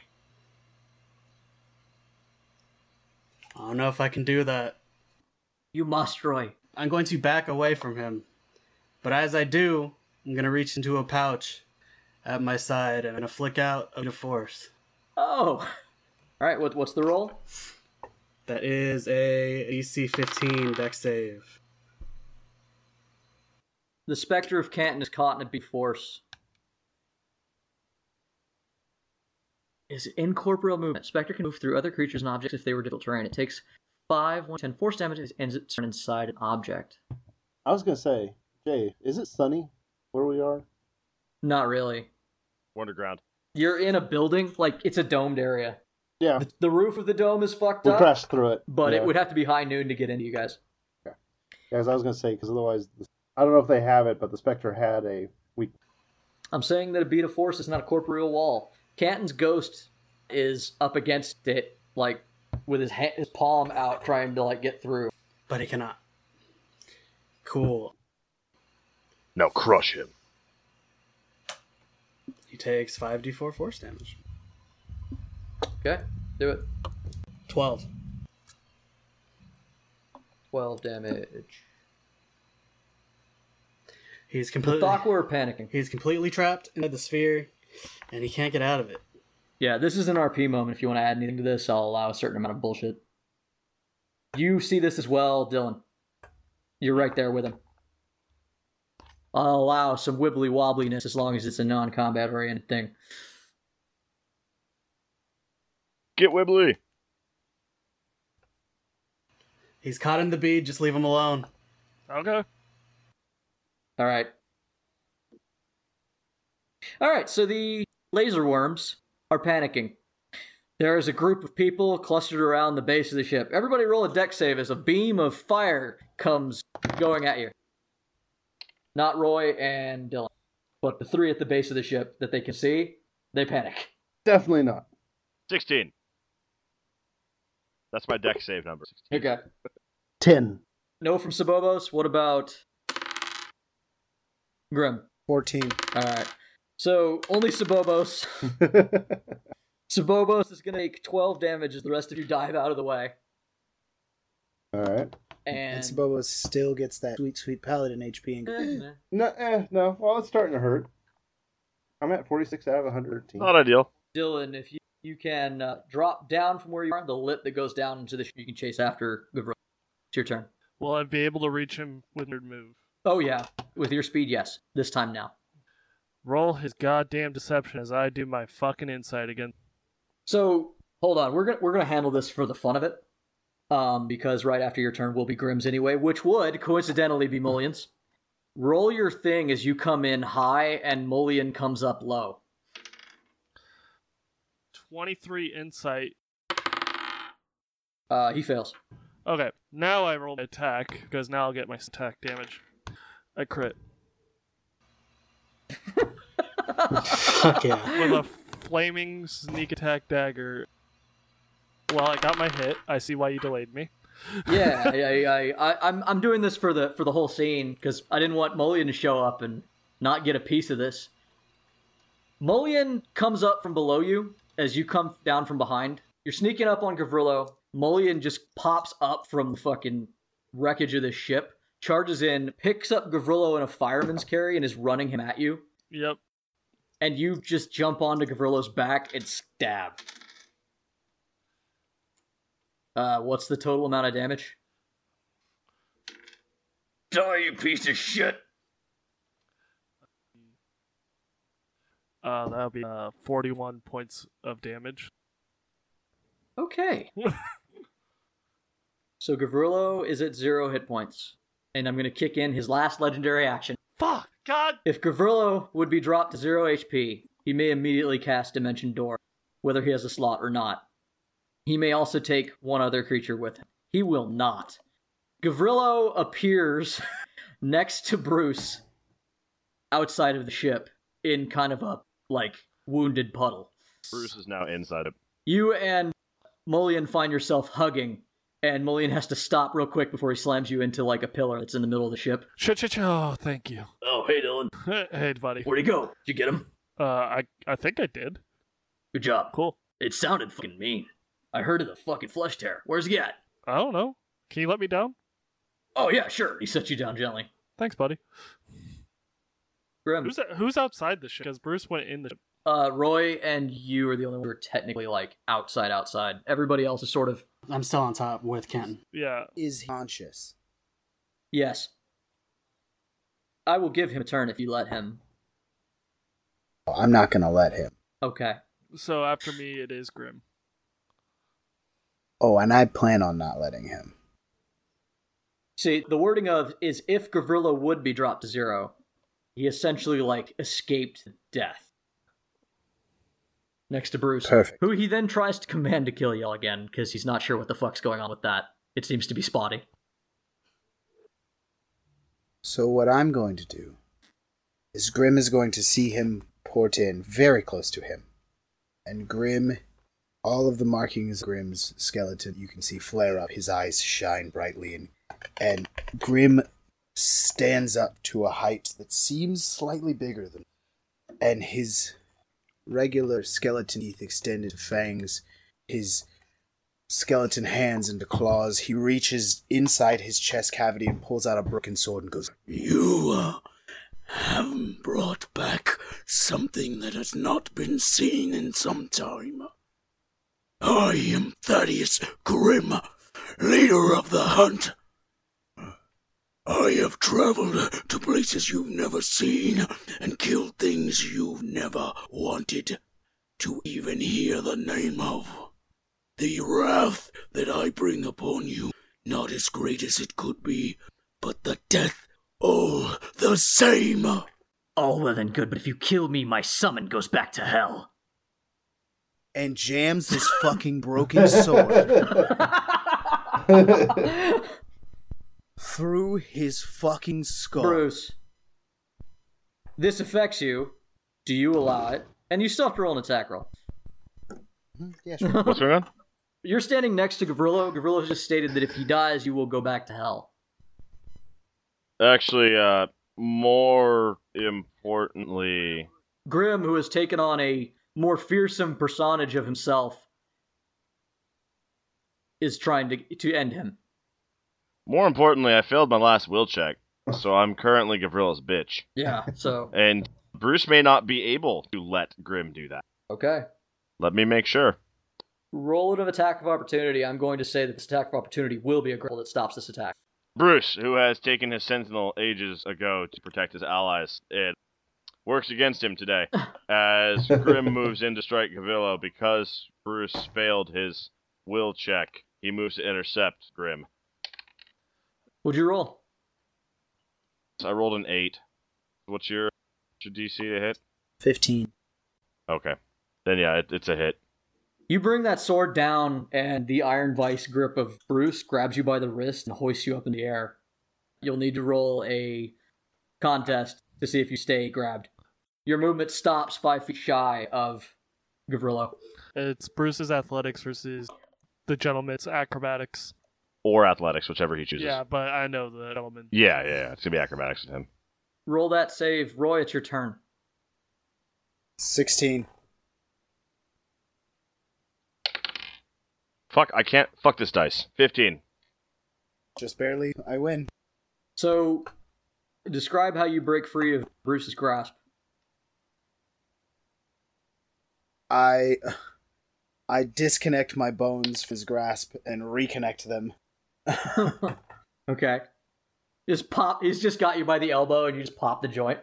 S5: I don't know if I can do that.
S1: You must, Roy.
S5: I'm going to back away from him. But as I do, I'm going to reach into a pouch at my side and I'm going to flick out a bit of force.
S1: Oh, all right. What, what's the roll?
S5: That is a E EC 15 deck save.
S1: The specter of Canton is caught in a big force. Is incorporeal movement. Spectre can move through other creatures and objects if they were difficult terrain. It takes 5, 1, 10 force damage and ends its turn inside an object.
S4: I was gonna say, Jay, is it sunny where we are?
S1: Not really.
S3: We're underground.
S1: You're in a building, like it's a domed area.
S4: Yeah.
S1: The, the roof of the dome is fucked
S4: We
S1: up,
S4: crashed through it.
S1: but
S4: Yeah.
S1: it would have to be high noon to get into you guys.
S4: Guys, I was gonna say because otherwise, I don't know if they have it, but the Spectre had a weak.
S1: I'm saying that a beat of force is not a corporeal wall. Canton's ghost is up against it, like with his ha- his palm out, trying to like get through.
S5: But he cannot. Cool.
S3: Now crush him.
S5: He takes 5d4 force damage.
S1: Okay, do it.
S5: 12.
S1: Twelve damage.
S5: He's completely
S1: Thok were panicking.
S5: he's completely trapped inside the sphere and he can't get out of it.
S1: Yeah, this is an RP moment. If you want to add anything to this, I'll allow a certain amount of bullshit. You see this as well, Dylan. You're right there with him. I'll allow some wibbly wobbliness as long as it's a non-combat oriented thing.
S3: Get Wibbly.
S5: He's caught in the bead, just leave him alone.
S2: Okay.
S1: All right. All right, so the laser worms are panicking. There is a group of people clustered around the base of the ship. Everybody roll a deck save as a beam of fire comes going at you. Not Roy and Dylan, but the three at the base of the ship that they can see, they panic.
S4: Definitely not.
S3: 16. That's my deck save number.
S1: Okay.
S4: Ten.
S1: No from Sabobos. What about Grim?
S6: 14.
S1: All right. So only Sabobos Sabobos is going to take 12 damage as the rest of you dive out of the way.
S4: All right.
S6: And
S1: And.
S6: Sabobo still gets that sweet, sweet paladin HP and
S1: Eh,
S4: No, eh, no. Well, it's starting to hurt. I'm at 46 out of 113.
S3: Not ideal.
S1: Dylan, if you, you can uh, drop down from where you are, the lip that goes down into the. sh- You can chase after Gavril. It's your turn.
S2: Will I be able to reach him with your move?
S1: Oh, yeah. With your speed, yes. This time now.
S2: Roll his goddamn deception as I do my fucking insight again.
S1: So, hold on. We're going to we're gonna handle this for the fun of it. um, because right after your turn will be Grimm's anyway, which would coincidentally be Mullion's. Roll your thing as you come in high and Mullion comes up low.
S2: 23 insight.
S1: Uh, he fails.
S2: Okay, now I roll my attack because now I'll get my attack damage. I crit
S5: Fuck yeah.
S2: with a flaming sneak attack dagger. Well, I got my hit. I see why you delayed me.
S1: yeah, I, I, I, I, I'm I'm doing this for the for the whole scene because I didn't want Mullion to show up and not get a piece of this. Mullion comes up from below you as you come down from behind. You're sneaking up on Gavrillo. Mullion just pops up from the fucking wreckage of this ship, charges in, picks up Gavrillo in a fireman's carry, and is running him at you.
S2: Yep.
S1: And you just jump onto Gavrillo's back and stab. Uh, what's the total amount of damage?
S9: Die, you piece of shit!
S2: Uh, that'll be uh, 41 points of damage.
S1: Okay. so Gavrillo is at zero hit points. And I'm going to kick in his last legendary action.
S2: Fuck! God!
S1: If Gavrillo would be dropped to zero HP, he may immediately cast Dimension Door, whether he has a slot or not. He may also take one other creature with him. He will not. Gavrillo appears next to Bruce outside of the ship in kind of a, like, wounded puddle.
S3: Bruce is now inside it.
S1: You and Mullion find yourself hugging, and Mullion has to stop real quick before he slams you into like a pillar that's in the middle of the ship.
S2: Shit, shit, shit. Oh, thank you.
S9: Oh, hey, Dylan.
S2: hey, buddy.
S9: Where'd he go? Did you get him?
S2: Uh, I, I think I did.
S9: Good job.
S2: Cool.
S9: It sounded fucking mean. I heard of the fucking flesh tear. Where's he at?
S2: I don't know. Can you let me down?
S9: Oh, yeah, sure.
S1: He sets you down gently.
S2: Thanks, buddy.
S1: Grim, Um,
S2: Who's who's outside the ship? Because Bruce went in the ship.
S1: uh, Roy, and you are the only ones who are technically like outside, outside. Everybody else is sort of
S5: I'm still on top with Kenton.
S2: Yeah.
S6: Is he conscious?
S1: yes. I will give him a turn if you let him.
S6: Oh, I'm not gonna let him.
S1: Okay.
S2: So after me, it is Grim.
S6: Oh, and I plan on not letting him.
S1: See, the wording of is if Gavrilo would be dropped to zero, he essentially like escaped death. Next to Bruce.
S6: Perfect.
S1: Who he then tries to command to kill y'all again, because he's not sure what the fuck's going on with that. It seems to be spotty.
S6: So what I'm going to do is Grim is going to see him port in very close to him. And Grim all of the markings of Grim's skeleton you can see flare up, his eyes shine brightly and and Grim stands up to a height that seems slightly bigger than and his regular skeleton teeth extended fangs, his skeleton hands into claws. He reaches inside his chest cavity and pulls out a broken sword and goes,
S8: You uh, have brought back something that has not been seen in some time. I am Thaddeus Grimm, leader of the hunt. I have traveled to places you've never seen and killed things you've never wanted to even hear the name of. The wrath that I bring upon you, not as great as it could be, but the death all the same.
S9: All well and good, but if you kill me, my summon goes back to hell.
S6: and jams his fucking broken sword through his fucking skull.
S1: Bruce, this affects you. Do you allow it? And you still have to roll an attack roll.
S6: Mhm, Yeah, sure.
S3: What's going on?
S1: You're standing next to Gavrillo. Gavrillo just stated that if he dies, you will go back to hell.
S3: Actually, uh, more importantly,
S1: Grim, who has taken on a more fearsome personage of himself, is trying to to end him.
S3: more importantly, I failed my last will check, so I'm currently Gavrilo's bitch.
S1: Yeah. So
S3: And Bruce may not be able to let Grim do that.
S1: okay,
S3: Let me make sure.
S1: roll an attack of opportunity. I'm going to say that this attack of opportunity will be a grill that stops this attack.
S3: Bruce, who has taken his sentinel ages ago to protect his allies, it works against him today as Grim moves in to strike Gavillo because Bruce failed his will check. He moves to intercept Grim.
S1: Would you roll?
S3: So I rolled an eight. What's your, your DC to hit?
S6: 15.
S3: Okay. Then yeah, it, it's a hit.
S1: You bring that sword down, and the iron vice grip of Bruce grabs you by the wrist and hoists you up in the air. You'll need to roll a contest to see if you stay grabbed. Your movement stops five feet shy of Gavrillo.
S2: It's Bruce's athletics versus the gentleman's acrobatics.
S3: Or athletics, whichever he chooses.
S2: Yeah, but I know the gentleman.
S3: Yeah, yeah, yeah. It's gonna be acrobatics with him.
S1: Roll that save. Roy, it's your turn.
S6: 16.
S3: Fuck, I can't. Fuck this dice. Fifteen.
S6: Just barely. I win.
S1: So, describe how you break free of Bruce's grasp.
S6: I I disconnect my bones from his grasp and reconnect them.
S1: okay. Just pop. He's just got you by the elbow, and you just pop the joint.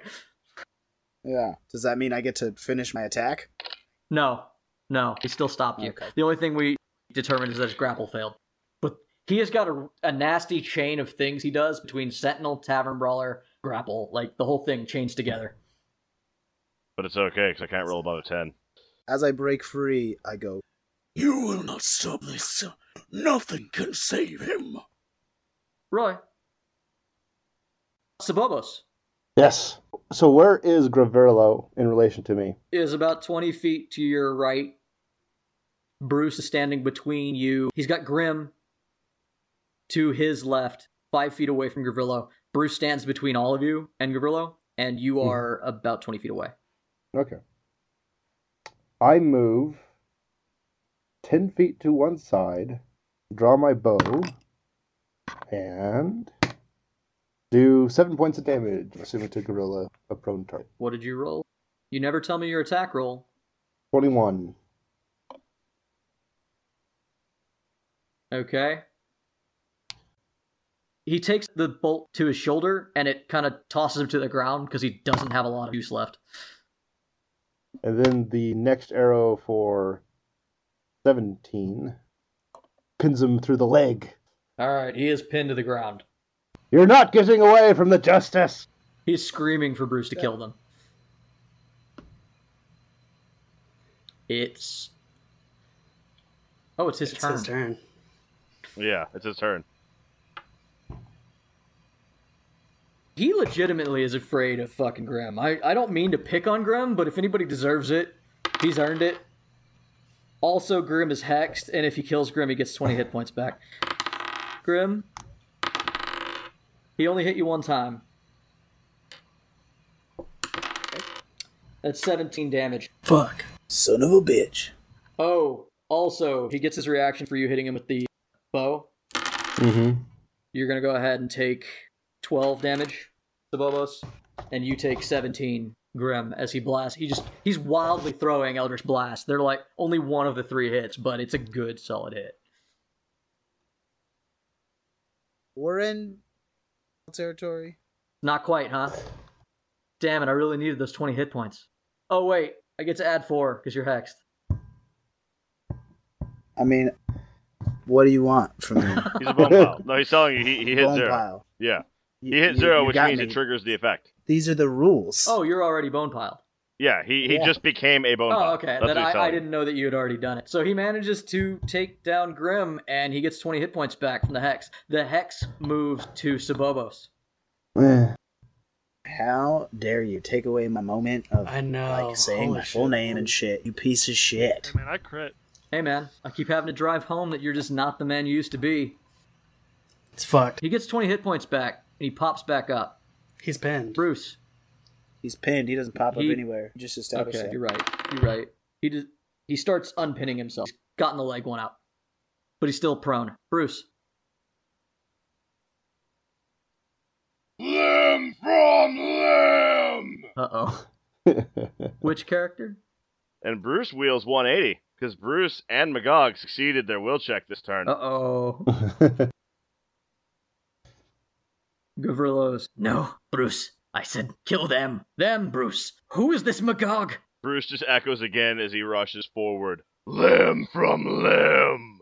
S6: Yeah. Does that mean I get to finish my attack?
S1: No, no, he still stopped you.
S6: Okay.
S1: The only thing we determined is that his grapple failed. But he has got a, a nasty chain of things he does between Sentinel, Tavern Brawler, Grapple. Like the whole thing chains together.
S3: But it's okay because I can't roll above a ten.
S6: As I break free, I go,
S8: You will not stop this. Nothing can save him.
S1: Roy. Sabobos
S4: Yes. So where is Graverlo in relation to me?
S1: is about 20 feet to your right. Bruce is standing between you. He's got Grim to his left, five feet away from Gavillo. Bruce stands between all of you and Gavillo, and you are about 20 feet away.
S4: Okay. I move ten feet to one side, draw my bow, and do seven points of damage, assuming to gorilla a prone target.
S1: What did you roll? You never tell me your attack roll.
S4: Twenty-one.
S1: Okay. He takes the bolt to his shoulder and it kind of tosses him to the ground because he doesn't have a lot of use left.
S4: And then the next arrow for 17 pins him through the leg.
S1: All right, he is pinned to the ground.
S4: You're not getting away from the justice!
S1: He's screaming for Bruce to kill them. It's. Oh, it's his
S5: It's
S1: turn.
S5: his turn.
S3: Yeah, it's his turn.
S1: He legitimately is afraid of fucking Grim. I, I don't mean to pick on Grim, but if anybody deserves it, he's earned it. Also, Grim is hexed, and if he kills Grim, he gets 20 hit points back. Grim, he only hit you one time. That's 17 damage.
S5: Fuck.
S6: Son of a bitch.
S1: Oh, also, he gets his reaction for you hitting him with the bow.
S4: Mm-hmm.
S1: You're going to go ahead and take 12 damage to Bobos, and you take 17 Grim as he blasts. He just, he's wildly throwing Eldritch Blast. They're like only one of the three hits, but it's a good solid hit.
S6: We're in territory.
S1: Not quite, huh? Damn it, I really needed those 20 hit points. Oh, wait, I get to add four because you're hexed.
S6: I mean, what do you want from me?
S3: He's a bone pile. No, he's telling you he, he hit
S6: Bone
S3: zero.
S6: pile.
S3: Yeah,
S6: You-
S3: he hit
S6: you-
S3: zero,
S6: you
S3: which
S6: got
S3: means
S6: me.
S3: it triggers the effect.
S6: These are the rules.
S1: Oh, you're already bone piled.
S3: Yeah, he, he
S6: Yeah.
S3: just became a bone pile.
S1: Oh, okay.
S3: That's
S1: Then
S3: what he's
S1: I, I
S3: telling you.
S1: didn't know that you had already done it. So he manages to take down Grim, and he gets 20 hit points back from the hex. The hex moves to Sabobos.
S4: Eh.
S6: How dare you take away my moment of
S5: I know.
S6: like saying
S5: Holy
S6: my full
S5: shit.
S6: name and shit? You piece of shit.
S2: Hey man, I crit.
S1: Hey, man, I keep having to drive home that you're just not the man you used to be.
S5: It's fucked.
S1: He gets 20 hit points back, and he pops back up.
S5: He's pinned.
S1: Bruce.
S6: He's pinned. He doesn't pop
S1: He-
S6: up anywhere. He just established
S1: Okay,
S6: it.
S1: you're right. You're right. He just, he starts unpinning himself. He's gotten the leg one out, but he's still prone. Bruce,
S3: Limb from limb.
S1: uh oh. Which character?
S3: And Bruce wheels 180 because Bruce and Magog succeeded their will check this turn.
S1: Uh oh. Gavrilos.
S9: No, Bruce. I said kill them. Them, Bruce.
S1: Who is this Magog?
S3: Bruce just echoes again as he rushes forward. Limb from limb.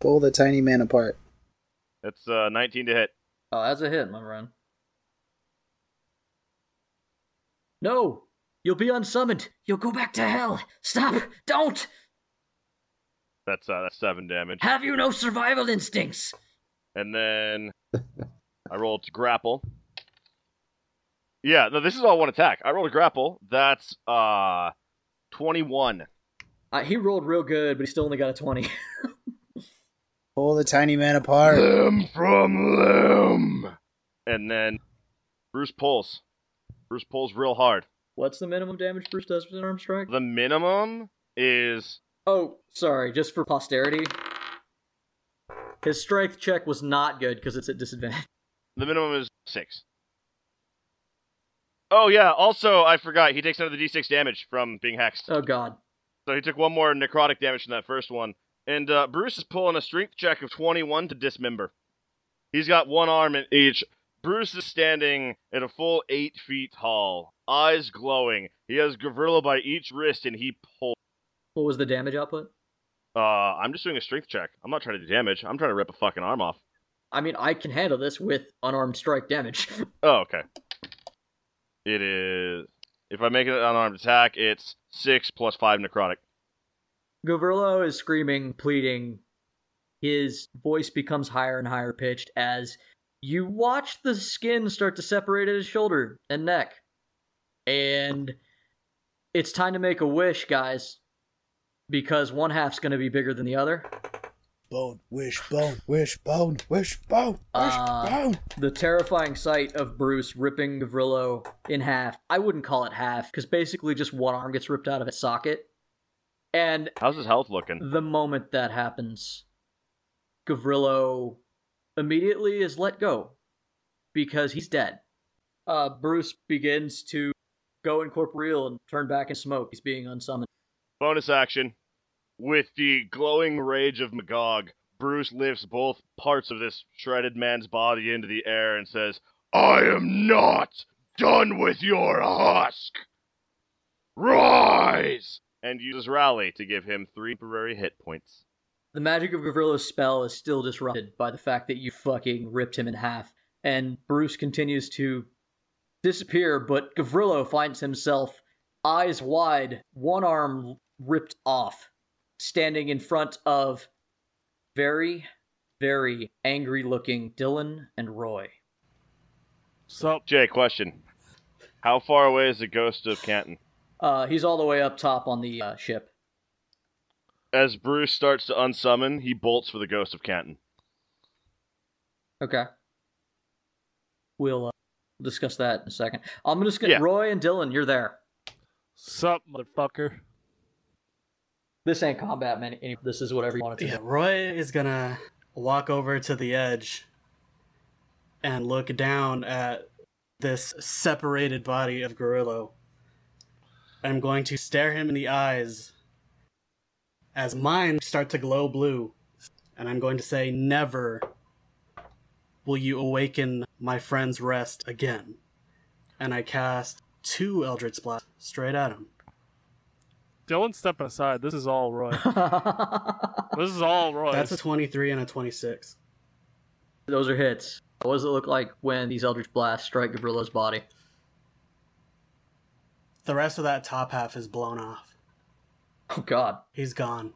S6: Pull the tiny man apart.
S3: That's uh, 19 to hit.
S1: Oh, that's a hit, my friend. No! You'll be unsummoned! You'll go back to hell! Stop! Don't!
S3: That's uh, that's seven damage.
S1: Have you no survival instincts?
S3: And then I rolled to grapple. Yeah, no, this is all one attack. I rolled a grapple. That's uh, 21.
S1: Uh, he rolled real good, but he still only got a 20.
S6: Pull the tiny man apart.
S3: Limb from limb. And then Bruce pulls. Bruce pulls real hard.
S1: What's the minimum damage Bruce does with an arm strike?
S3: The minimum is
S1: Oh, sorry, just for posterity. His strength check was not good because it's at disadvantage.
S3: The minimum is six. Oh yeah. Also, I forgot he takes another d6 damage from being hexed.
S1: Oh god.
S3: So he took one more necrotic damage from that first one. And uh, Bruce is pulling a strength check of 21 to dismember. He's got one arm in each. Bruce is standing at a full eight feet tall, eyes glowing. He has Gavrila by each wrist, and he pulls.
S1: What was the damage output?
S3: Uh, I'm just doing a strength check. I'm not trying to do damage. I'm trying to rip a fucking arm off.
S1: I mean, I can handle this with unarmed strike damage.
S3: Oh, okay. It is. If I make an unarmed attack, it's six plus five necrotic.
S1: Gavrilo is screaming, pleading. His voice becomes higher and higher pitched as you watch the skin start to separate at his shoulder and neck. And it's time to make a wish, guys, because one half's going to be bigger than the other.
S6: Bone, wish, bone, wish, bone, wish, bone, wish,
S1: Uh,
S6: bone.
S1: The terrifying sight of Bruce ripping Gavrillo in half. I wouldn't call it half, because basically just one arm gets ripped out of its socket. And
S3: How's his health looking?
S1: the moment that happens, Gavrillo immediately is let go because he's dead. Uh, Bruce begins to go incorporeal and turn back in smoke. He's being unsummoned.
S3: Bonus action. With the glowing rage of Magog, Bruce lifts both parts of this shredded man's body into the air and says, I am not done with your husk! Rise! And uses Rally to give him three temporary hit points.
S1: The magic of Gavrillo's spell is still disrupted by the fact that you fucking ripped him in half. And Bruce continues to disappear, but Gavrillo finds himself eyes wide, one arm ripped off, standing in front of very, very angry looking Dylan and Roy.
S2: So
S3: Jay, question. How far away is the ghost of Canton?
S1: Uh, he's all the way up top on the uh, ship.
S3: As Bruce starts to unsummon, he bolts for the ghost of Canton.
S1: Okay. We'll uh, discuss that in a second. I'm just gonna
S3: Yeah.
S1: Roy and Dylan, you're there.
S2: sup, motherfucker.
S1: This ain't combat, man. Any- This is whatever you want it to
S5: Yeah,
S1: be.
S5: Roy is gonna walk over to the edge and look down at this separated body of Gorillo. I'm going to stare him in the eyes as mine start to glow blue, and I'm going to say, Never will you awaken my friend's rest again. And I cast two Eldritch Blasts straight at him.
S2: Dylan, step aside. This is all Roy. this is all Roy.
S5: That's a 23 and a 26.
S1: Those are hits. What does it look like when these Eldritch Blasts strike Gavrilo's body?
S5: The rest of that top half is blown off.
S1: Oh, God.
S5: He's gone.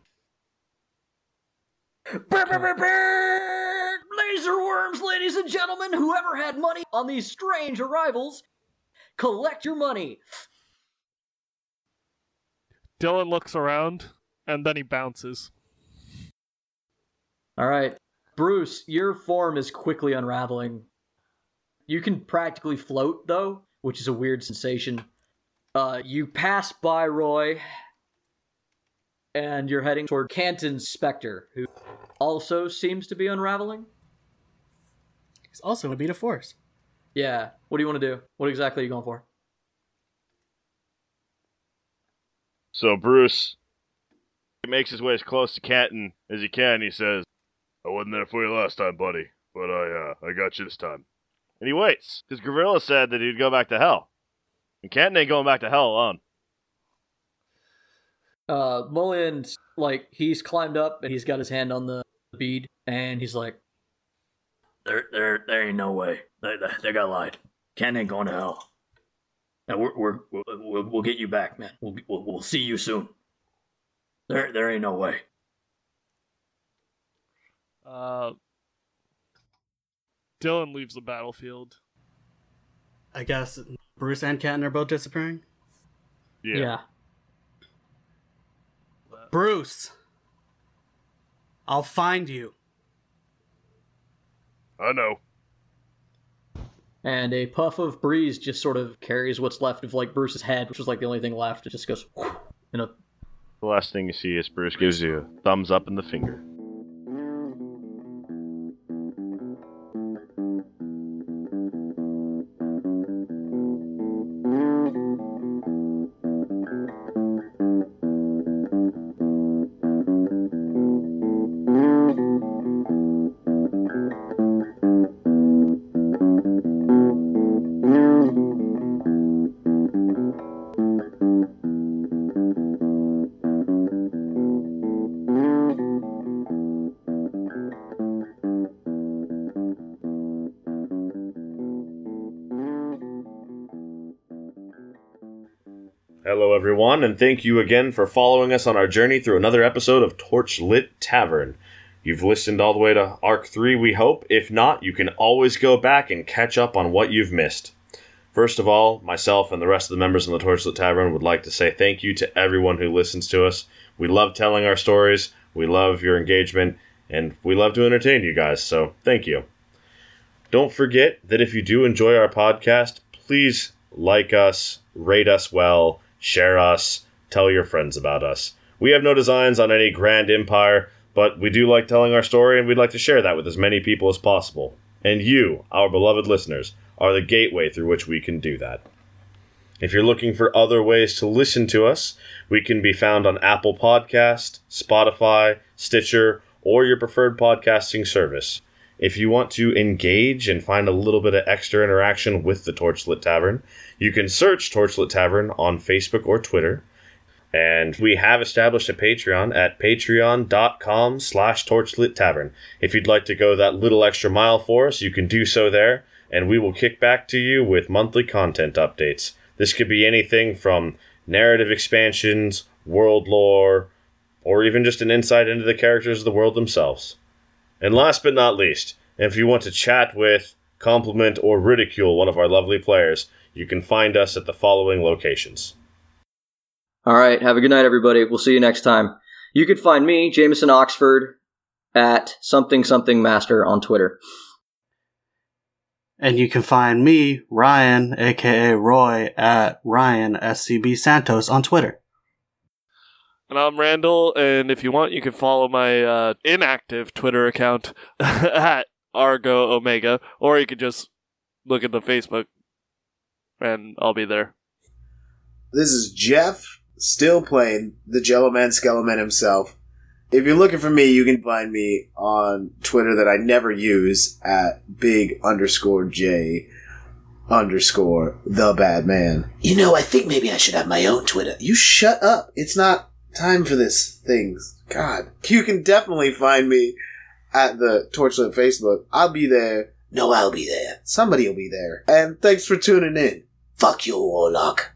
S1: Brr, brr, brr, brr! Laser worms, ladies and gentlemen, whoever had money on these strange arrivals, collect your money.
S2: Dylan looks around and then he bounces.
S1: All right. Bruce, your form is quickly unraveling. You can practically float, though, which is a weird sensation. Uh, you pass by Roy, and you're heading toward Canton Spectre, who also seems to be unraveling.
S5: He's also a beat of force.
S1: Yeah. What do you want to do? What exactly are you going for?
S3: So Bruce makes his way as close to Canton as he can. He says, "I wasn't there for you last time, buddy, but I uh, I got you this time." And he waits because Gorilla said that he'd go back to hell, and Canton ain't going back to hell alone.
S1: Uh, Mullins, like, he's climbed up and he's got his hand on the the bead, and he's like,
S9: There, there, there ain't no way. They, they, they got lied. Ken ain't going to hell. And we're, we're, we'll, we'll, we'll get you back, man. We'll, we'll, we'll see you soon. There, there ain't no way.
S2: Uh, Dylan leaves the battlefield.
S5: I guess Bruce and Catton are both disappearing.
S3: Yeah.
S1: yeah.
S5: Bruce, I'll find you.
S3: I know.
S1: And a puff of breeze just sort of carries what's left of like Bruce's head, which was like the only thing left. It just goes whoosh, in a
S3: The last thing you see is Bruce gives you a thumbs up and the finger. Hello, everyone, and thank you again for following us on our journey through another episode of Torchlit Tavern. You've listened all the way to Arc 3, we hope. If not, you can always go back and catch up on what you've missed. First of all, myself and the rest of the members in the Torchlit Tavern would like to say thank you to everyone who listens to us. We love telling our stories, we love your engagement, and we love to entertain you guys, so thank you. Don't forget that if you do enjoy our podcast, please like us, rate us well, share us, tell your friends about us. We have no designs on any grand empire, but we do like telling our story and we'd like to share that with as many people as possible. And you, our beloved listeners, are the gateway through which we can do that. If you're looking for other ways to listen to us, we can be found on Apple Podcast, Spotify, Stitcher, or your preferred podcasting service. If you want to engage and find a little bit of extra interaction with the Torchlit Tavern, you can search Torchlit Tavern on Facebook or Twitter. And we have established a Patreon at patreon.com slash torchlit tavern. If you'd like to go that little extra mile for us, you can do so there, and we will kick back to you with monthly content updates. This could be anything from narrative expansions, world lore, or even just an insight into the characters of the world themselves. And last but not least, if you want to chat with, compliment, or ridicule one of our lovely players, you can find us at the following locations.
S10: All right. Have a good night, everybody. We'll see you next time. You can find me, Jameson Oxford, at something something master on Twitter.
S5: And you can find me, Ryan, aka Roy, at Ryan SCB Santos on Twitter.
S2: And I'm Randall, and if you want, you can follow my uh, inactive Twitter account at Argo Omega, or you can just look at the Facebook, and I'll be there.
S11: This is Jeff, still playing the Jello Man Skeleman himself. If you're looking for me, you can find me on Twitter that I never use at big underscore J underscore the bad man. You know, I think maybe I should have my own Twitter. You shut up. It's not time for this things. God. You can definitely find me at the Torchlit Facebook. I'll be there. No, I'll be there. Somebody will be there. And thanks for tuning in. Fuck you, Warlock.